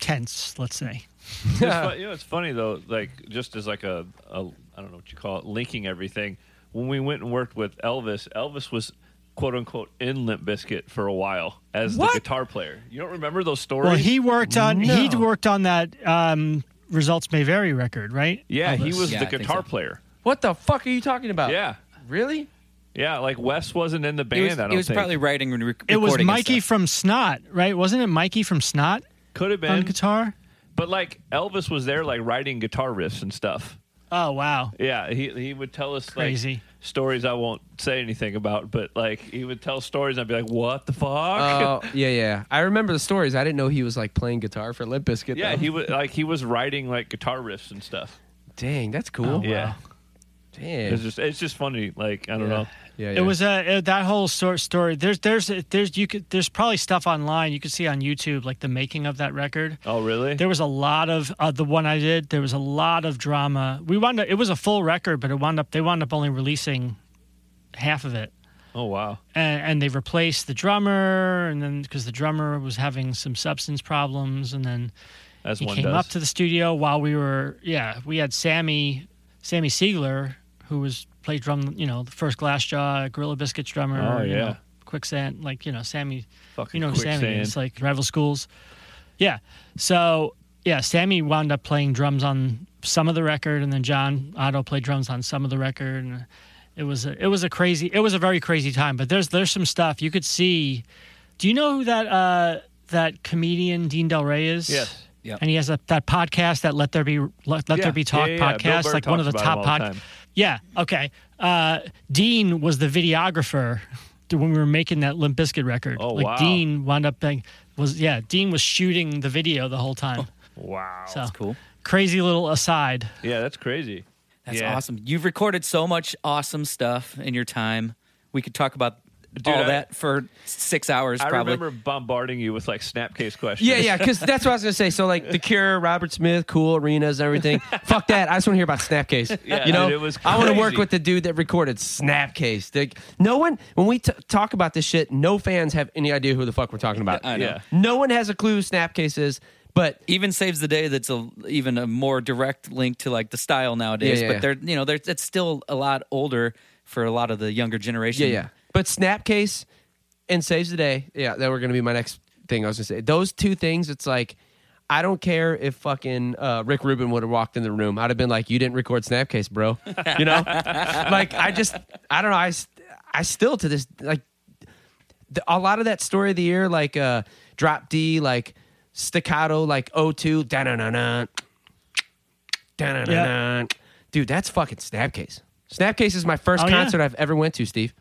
tense, let's say. it's fu- you know, it's funny though. Like just as like a, a I don't know what you call it, linking everything. When we went and worked with Elvis, Elvis was quote unquote in Limp Biscuit for a while as What? the guitar player. You don't remember those stories? Well, he worked on he No. worked on that um, results may vary record, right? yeah, he Elvis. was Yeah, I the think guitar so. player. What the fuck are you talking about? Yeah, Really? yeah. Like Wes wasn't in the He band. was, I don't he was think probably writing and rec- It was recording and Mikey stuff. from Snot, right? Wasn't it Mikey from Snot could have on been. guitar? But like Elvis was there, like writing guitar riffs and stuff. Oh wow. Yeah, he he would tell us Crazy. like stories I won't say anything about, but like he would tell stories and I'd be like, "What the fuck?" Oh, yeah, yeah. I remember the stories. I didn't know he was like playing guitar for Limp Bizkit. yeah, though. he was like he was writing like guitar riffs and stuff. Dang, that's cool. Yeah, Damn. it's just it's just funny. Like I don't yeah. know. Yeah, It was a it, that whole sort story. There's there's there's you could there's probably stuff online you could see on YouTube like the making of that record. Oh really? There was a lot of uh, the one I did. There was a lot of drama. We wound up. It was a full record, but it wound up. They wound up only releasing half of it. oh wow. and, and they replaced the drummer, and then because the drummer was having some substance problems, and then As he one came does. up to the studio while we were yeah we had Sammy Sammy Siegler who was played drum you know the first Glassjaw Gorilla Biscuits drummer Oh, you yeah. know, Quicksand like you know Sammy Fucking you know who quicksand. Sammy is like rival schools yeah so yeah Sammy wound up playing drums on some of the record and then John Otto played drums on some of the record and it was a, it was a crazy it was a very crazy time but there's there's some stuff you could see do you know who that uh that comedian Dean Del Rey is Yes. Yep. and he has a, that podcast that let there be let, let Yeah. there be talk Yeah, yeah, yeah. Bill podcast Burr like one of the talks top about him all the podcasts time. yeah okay uh, dean was the videographer when we were making that limp bizkit record Oh, like wow. dean wound up being was yeah dean was shooting the video the whole Oh, time Wow. so cool. crazy little aside Yeah, that's crazy. That's Yeah. awesome. You've recorded so much awesome stuff in your time. We could talk about all I- that for six hours, I probably. remember bombarding you with like Snapcase questions. Yeah, yeah, because that's what I was gonna say. So like the Cure, Robert Smith, Cool Arenas, and everything. Fuck that. I just want to hear about Snapcase. Yeah, you know, dude, it was I want to work crazy. with the dude that recorded Snapcase. Like, no one when we t- talk about this shit, no fans have any idea who the fuck we're talking about. I know. Yeah. No one has a clue who Snapcase is. But even saves the day that's a even a more direct link to like the style nowadays Yeah, yeah, but they're you know they're it's still a lot older for a lot of the younger generation yeah, yeah. But Snapcase and Saves the Day. Yeah, that were gonna be my next thing. I was gonna say those two things. It's like. I don't care if fucking uh, Rick Rubin would have walked in the room. I'd have been like, "You didn't record Snapcase, bro." You know, like I just, I don't know. I, s- I still to this like the, a lot of that story of the year, like uh, drop D, like staccato, like O2, da na na na, da na na na. Dude, that's fucking Snapcase. Snapcase is my first Oh, yeah. concert I've ever went to, Steve.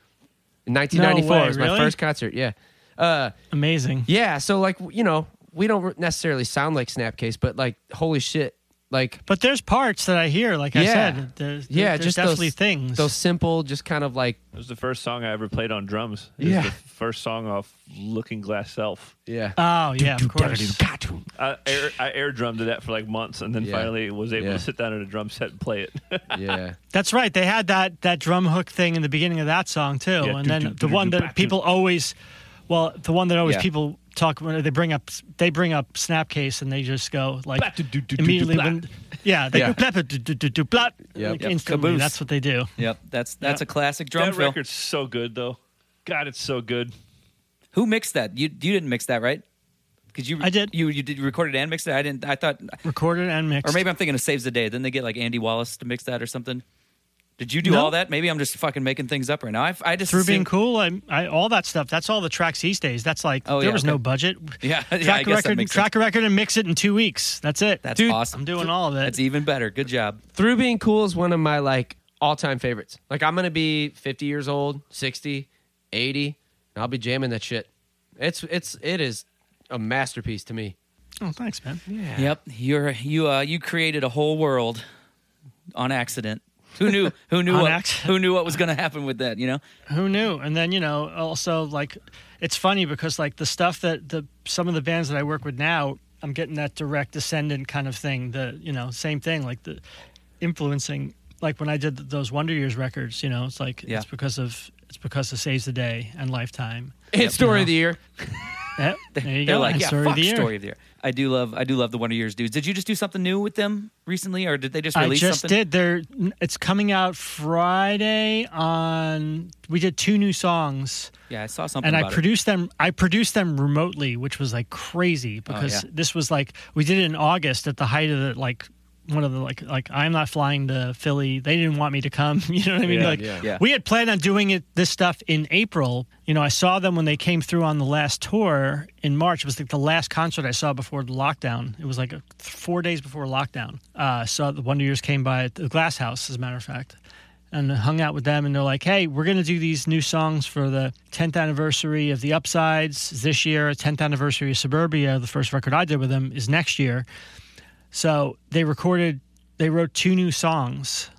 In 1994 way, it was my really? first concert. Yeah. Uh, Amazing. yeah. So like you know we don't necessarily sound like Snapcase, but like holy shit, like But there's parts that I hear, like I Yeah. said, there's, yeah, there's just definitely those, things. Those simple, just kind of like It was the first song I ever played on drums. It was Yeah. the first song off Looking Glass Self. yeah. oh yeah, of course. I air, I air drummed to that for like months, and then Yeah. finally was able Yeah. to sit down at a drum set and play it. yeah. That's right. They had that that drum hook thing in the beginning of that song too, and do, then do, the do, one do, that ba, do. people always, well, the one that always Yeah. people talk when they bring up they bring up Snapcase and they just go like Ba, do, do, do, do, immediately blah. when yeah they Yeah. go blap, do, do, do, do, blap, Yep. like Yep. instantly. Caboose. That's what they do. Yep, that's that's a classic drum that fill. record's so good though. God, it's so good. Who mixed that? You you didn't mix that, right? Because you I did. You you did you recorded and mixed it. I didn't. I thought, Recorded and or mixed. maybe I'm thinking of Saves the Day. Then they get like Andy Wallace to mix that or something. Did you do No. all that? Maybe I'm just fucking making things up right now. I, I just through being assumed- cool, I, I all that stuff. That's all the tracks these days. That's like Oh, there yeah, was no okay. budget. Yeah, yeah, I track a guess that record, makes track a record, and mix it in two weeks. That's it. That's Dude, awesome. I'm doing all of it. That's e- even better. Good job. Through being cool is one of my like all-time favorites. Like I'm going to be 50 years old, 60, 80, and I'll be jamming that shit. It's it's it is a masterpiece to me. oh, thanks, man. Yep, you're you uh you created a whole world on accident. Who knew? Who knew? On what, accident. Who knew what was going to happen with that? You know. Who knew? And then you know, also like, it's funny because like the stuff that the some of the bands that I work with now, I'm getting that direct descendant kind of thing. The you know same thing like the influencing. Like when I did th- those Wonder Years records, you know, it's like Yeah. it's because of it's because of Saves the Day and Lifetime. It's story of the year. Yep, there you They're go. like, and yeah, Story of fuck the Year. story of the year. I do love, I do love the Wonder Years dudes. Did you just do something new with them recently, or did they just I release just something? did. There, it's coming out Friday. On we did two new songs, Yeah, I saw something. and I about it. produced them. I produced them remotely, which was like crazy because Oh, yeah. this was like we did it in August at the height of the like one of the like like I'm not flying to Philly. They didn't want me to come. You know what I mean? Yeah, like yeah. Yeah. we had planned on doing it this stuff in April. You know, I saw them when they came through on the last tour in March. It was like the last concert I saw before the lockdown. It was like a, four days before lockdown. Uh, saw the Wonder Years came by at the Glass House, as a matter of fact, and hung out with them. And they're like, "Hey, we're gonna do these new songs for the 10th anniversary of the Upsides this year. 10th anniversary of Suburbia, the first record I did with them, is next year." So they recorded, they wrote two new songs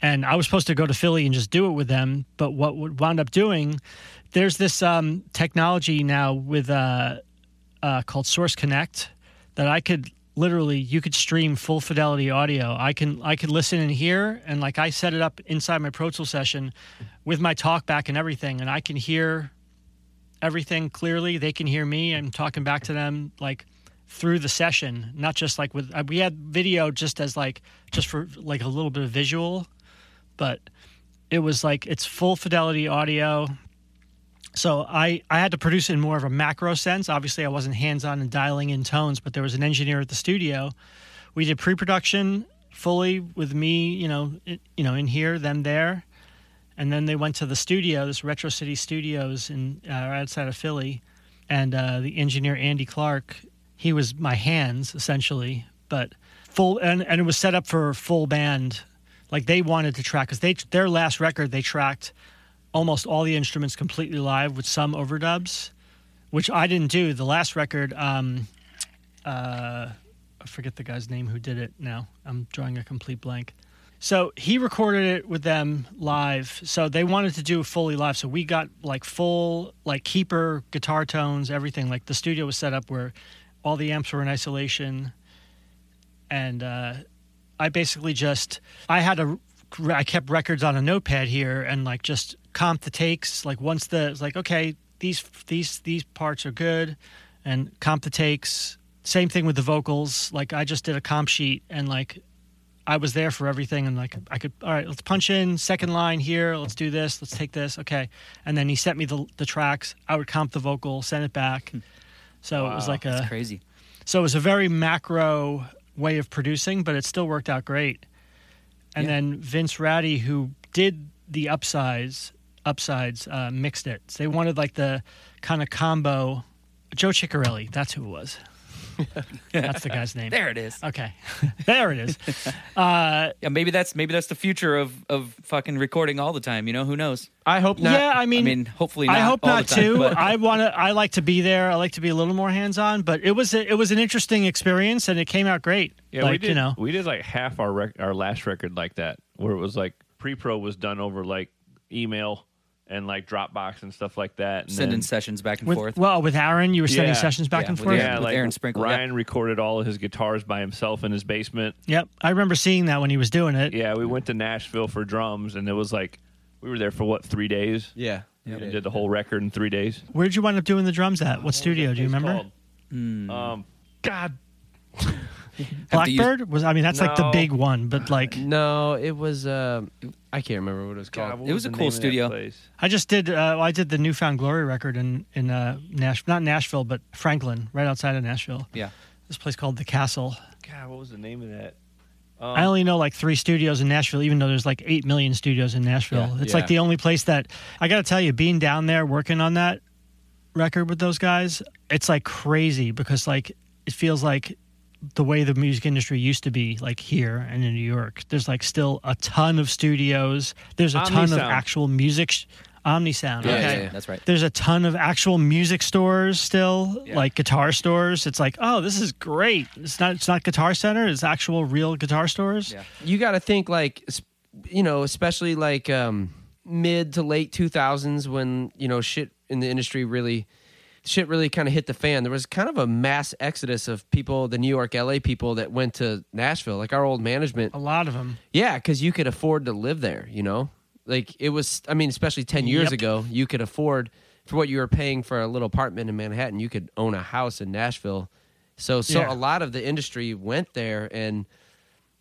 and I was supposed to go to Philly and just do it with them. But what would wound up doing, there's this um, technology now with uh, uh, called Source Connect that I could literally you could stream full fidelity audio. I can I could listen in here and like I set it up inside my Pro Tool session with my talk back and everything, and I can hear everything clearly. They can hear me. I'm talking back to them like through the session, not just like with uh, we had video just as like just for like a little bit of visual, but it was like it's full fidelity audio. So I I had to produce it in more of a macro sense. Obviously, I wasn't hands on and dialing in tones, but there was an engineer at the studio. We did pre production fully with me, you know, it, you know, in here, them there and then they went to the studio, this Retro City Studios in uh, right outside of Philly, and uh, the engineer Andy Clark, he was my hands essentially, but full and, and it was set up for full band, like they wanted to track because they their last record they tracked almost all the instruments completely live with some overdubs, which I didn't do. The last record, um, uh, I forget the guy's name who did it. Now I'm drawing a complete blank. So he recorded it with them live. So they wanted to do it fully live. So we got like full, like keeper guitar tones, everything. Like the studio was set up where all the amps were in isolation. And uh, I basically just, I had a, I kept records on a notepad here and like just comp the takes. Like once the, it's like, okay, these, these, these parts are good and comp the takes. Same thing with the vocals. Like I just did a comp sheet and like I was there for everything, and like I could, all right, let's punch in second line here. Let's do this. Let's take this. Okay, and then he sent me the the tracks. I would comp the vocal, send it back. So it was like It's a crazy. so it was a very macro way of producing, but it still worked out great. And then Vince Ratty, who did the upsize, Upsides uh, mixed it. So they wanted like the kind of combo. Joe Ciccarelli, that's who it was. that's the guy's name. There it is. Okay, there it is. Yeah, maybe that's maybe that's the future of of fucking recording all the time. You know, who knows? I hope not. yeah, I I mean, mean, hopefully, not I hope all not the time, too. but- I want to. I like to be there. I like to be a little more hands on. But it was a, it was an interesting experience, and it came out great. Yeah, we like did. you know, We did like half our rec- our last record like that, where it was like pre-pro was done over like email and like Dropbox and stuff like that. And sending then- sessions back and with, forth. well, with Aaron, you were sending Yeah, sessions back yeah, and with forth. Aaron. yeah, like Aaron Sprinkle, yeah. Ryan recorded all of his guitars by himself in his basement. Yep, I remember seeing that when he was doing it. Yeah, we went to Nashville for drums, and it was like we were there for what three days. Yeah. and did the whole record in three days. Where would you wind up doing the drums at? What studio? Do you It's remember? called, Um, God, Have to use- Blackbird was. I mean, that's like the No. big one. But like, No, it was. Um, I can't remember what it was God, called. what It was the a cool name of that studio. place? I just did. Uh, well, I did the Newfound Glory record in in uh, Nash, not Nashville, but Franklin, right outside of Nashville. yeah, This place called the Castle. God, what was the name of that? Um, I only know like three studios in Nashville, even though there's like eight million studios in Nashville. Yeah, it's yeah. like the only place that I got to tell you, being down there working on that record with those guys, it's like crazy because like it feels like the way the music industry used to be like here and in New York. There's like still a ton of studios. There's a ton of Omnisound. actual music. Sh- OmniSound. Yeah, okay. yeah, yeah. that's right. There's a ton of actual music stores still, like guitar stores. It's like, oh, this is great. It's not it's not Guitar Center. It's actual real guitar stores. Yeah. you got to think like s- you know especially like um mid to late 2000s when you know shit in the industry really shit really kind of hit the fan there was kind of a mass exodus of people the new york la people that went to nashville like our old management A lot of them. yeah because you could afford to live there you know like it was i mean especially 10 years Yep. ago you could afford for what you were paying for a little apartment in manhattan you could own a house in nashville so so Yeah. a lot of the industry went there and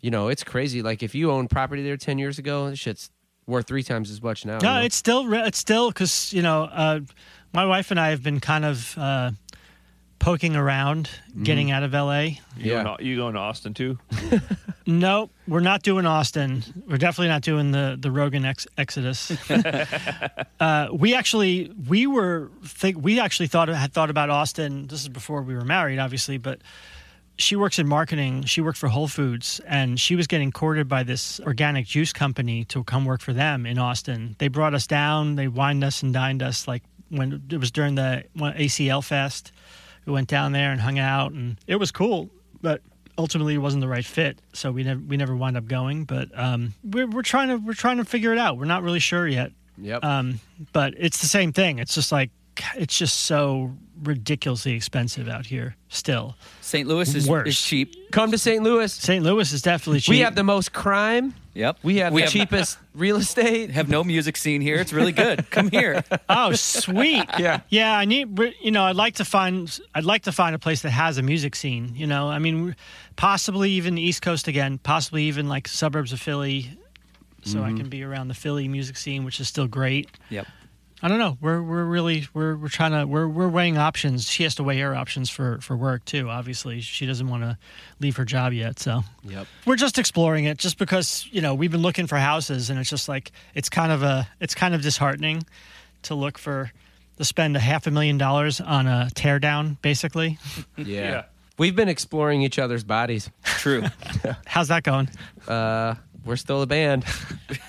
you know it's crazy like if you owned property there 10 years ago that shit's worth three times as much now you No, know? it's still re- it's still because you know uh, my wife and I have been kind of uh, poking around, getting out of LA. You Yeah. going, you going to Austin too? No, we're not doing Austin. We're definitely not doing the the Rogan ex- Exodus. uh, we actually we were think we actually thought had thought about Austin. This is before we were married, obviously, but she works in marketing. She worked for Whole Foods, and she was getting courted by this organic juice company to come work for them in Austin. They brought us down. They wined us and dined us like when it was during the when ACL Fest. We went down there and hung out, and it was cool. But ultimately, it wasn't the right fit, so we never we never wound up going. But um, we're we're trying to we're trying to figure it out. We're not really sure yet. yep Um, but it's the same thing. It's just like it's just so ridiculously expensive out here still. St. Louis is, Worse. is cheap. come to st louis St. Louis is definitely cheap. we have the most crime Yep, we have the cheapest real estate have no music scene here. It's really good. Come here. oh sweet Yeah. yeah. I need but, you know I'd like to find I'd like to find a place that has a music scene. You know I mean possibly even the East Coast again, possibly even like suburbs of Philly, so Mm-hmm. I can be around the Philly music scene, which is still great. Yep. I don't know. We're we're really we're we're trying to we're we're weighing options. She has to weigh her options for for work too. Obviously, she doesn't want to leave her job yet, so yep we're just exploring it just because you know we've been looking for houses and it's just like it's kind of a it's kind of disheartening to look for to spend a half a million dollars on a teardown basically yeah. Yeah. we've been exploring each other's bodies True. how's that going uh we're still a band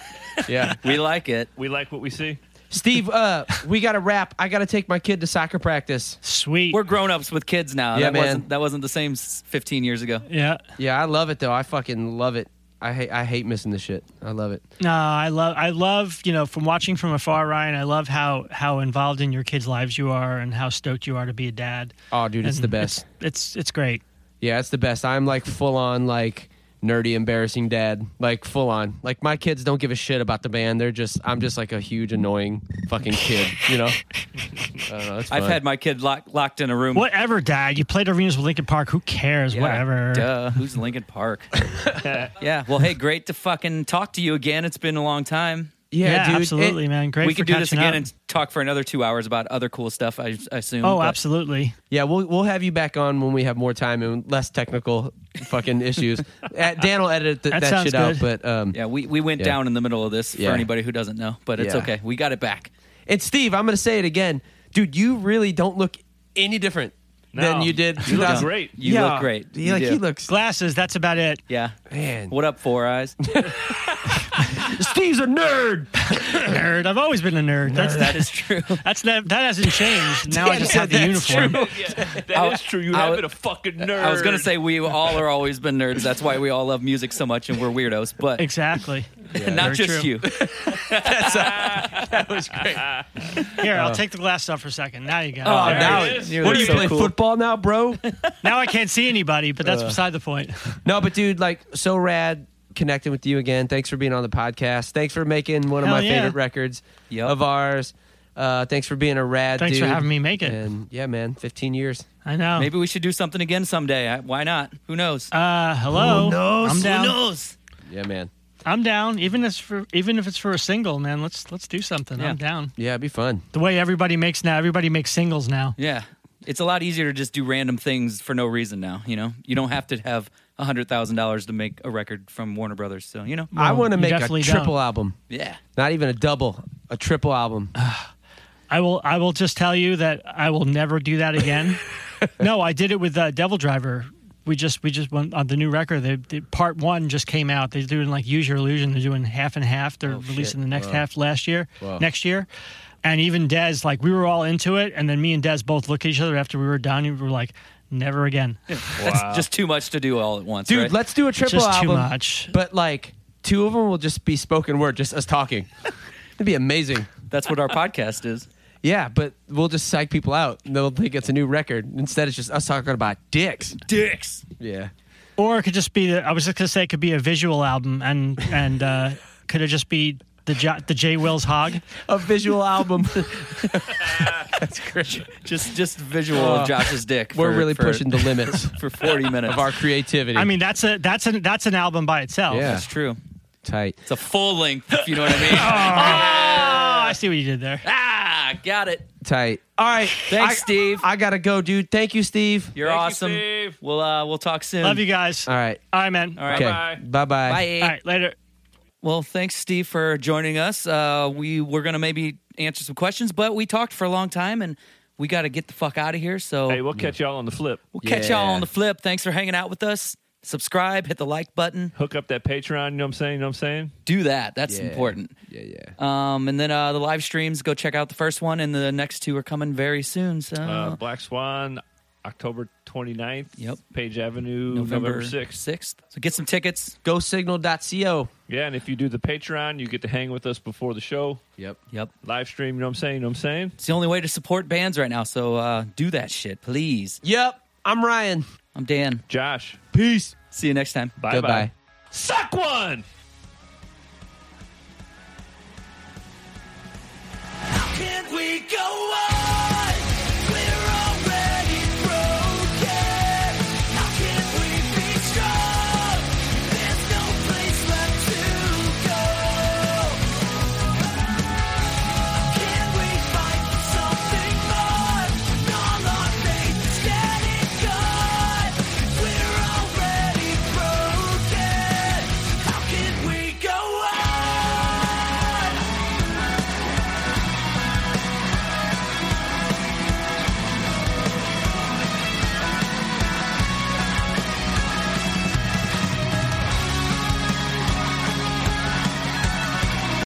yeah We like it. We like what we see. Steve, uh, we got to wrap. I got to take my kid to soccer practice. sweet We're grown ups with kids now. Yeah, that man. wasn't that wasn't the same s- 15 years ago. yeah Yeah, I love it though. I fucking love it. I hate I hate missing this shit. I love it. no i love i love you know from watching from afar ryan i love how how involved in your kids lives you are and how stoked you are to be a dad Oh, dude, it's And the best. it's it's, it's great Yeah, it's the best. I'm like full on like nerdy embarrassing dad. Like full on. Like my kids don't give a shit about the band. They're just I'm just like a huge annoying fucking kid, you know? I don't know. It's I've fun. had my kid lock, locked in a room. whatever dad you played arenas with lincoln park who cares Yeah, whatever Duh, who's Lincoln Park? yeah. Well, hey, great to fucking talk to you again. It's been a long time. Yeah, dude, it- absolutely, man. Great. we for could do this catching again up. and talk for another two hours about other cool stuff. I, I assume. oh, but- absolutely. Yeah, we'll we'll have you back on when we have more time and less technical fucking issues. Uh, Dan will edit th- That that, sounds shit out, good. but um, Yeah, we, we went Yeah. down in the middle of this Yeah. for anybody who doesn't know, but it's Yeah. okay. We got it back. and Steve, I'm gonna say it again, dude. You really don't look any different than No. you did. You look 2000 great. You look great. He, You like do. he looks. Glasses. That's about it. Yeah. Man. What up, Four Eyes? Steve's a nerd. Nerd. I've always been a nerd. That's that is true. that's that, that hasn't changed. Now I just have the That's uniform. Oh, yeah, that is I- true. You I have was- been a fucking nerd. I was going to say we all are always been nerds. That's why we all love music so much and we're weirdos, but Exactly. not Very just true. you. That was great. Here, I'll take the glass off for a second. Now you got Oh, it. There now, it is. You're what do you so play cool. football now, bro? Now I can't see anybody, but that's beside the point. no, but dude, like so rad connecting with you again. Thanks for being on the podcast. Thanks for making one of Hell my yeah. favorite records Yep. of ours. Uh, thanks for being a rad. Thanks for dude. having me make it. And yeah, man, 15 years. I know. Maybe we should do something again someday. I, why not? Who knows? Uh, hello. I'm down. Who knows? Yeah, man. I'm down. Even if for even if it's for a single, man. Let's let's do something. Yeah. I'm down. Yeah, it'd be fun. The way everybody makes now, everybody makes singles now. Yeah. It's a lot easier to just do random things for no reason now, you know? You don't have to have $100,000 to make a record from Warner Brothers. So, you know? I Well, want to you make a definitely triple don't. album. Yeah. Not even a double, a triple album. I will. I will just tell you that I will never do that again. no, I did it with uh, Devil Driver. We just we just went on the new record. They, they, part one just came out. They're doing like Use Your Illusion. They're doing half and half. They're releasing the next half last year, Wow. next year. And even Dez, like we were all into it, and then me and Dez both looked at each other after we were done. and We were like, never again. That's just too much to do all at once. Dude, right? let's do a triple just too album. much. But like two of them will just be spoken word, just us talking. It'd be amazing. That's what our podcast is. Yeah, but we'll just psych people out. and They'll think it's a new record. Instead, it's just us talking about dicks. Dicks. Yeah. Or it could just be the, I was just gonna say it could be a visual album, and and uh, could it just be the J, the J Wills Hog? A visual album. Just just visual of Josh's dick. We're for- really for- pushing the limits for 40 minutes. of our creativity. I mean, that's a that's an that's an album by itself. Yeah. That's true. tight. It's a full length, if you know what I mean. Oh, I see what you did there. Ah, got it. Tight. All right. Thanks, I- Steve. I got to go, dude. Thank you, Steve. You're Thank you, awesome. Steve. We'll uh, we'll talk soon. Love you guys. All right. All right, man. All right. Okay. Bye-bye. Bye-bye. Bye. All right, later. Well, thanks, Steve, for joining us. Uh, we were gonna maybe answer some questions, but we talked for a long time, and we got to get the fuck out of here. So hey, we'll catch y'all on the flip. we'll catch Yeah. y'all on the flip. Thanks for hanging out with us. Subscribe, hit the like button, Hook up that Patreon. You know what I'm saying? You know what I'm saying? do that. That's Yeah. important. Yeah, yeah. Um, and then uh, the live streams, go check out the first one, and the next two are coming very soon. So Uh, Black Swan, October 29th. Uh-huh. Yep. Page Avenue, November, November 6th. 6th. So get some tickets. GoSignal.co. Yeah, and if you do the Patreon, you get to hang with us before the show. Yep. Yep. Live stream, you know what I'm saying? You know what I'm saying? It's the only way to support bands right now. So uh, do that shit, please. Yep. I'm Ryan. I'm Dan. Josh, Peace. See you next time. bye Goodbye. bye. Suck one! Can we go on?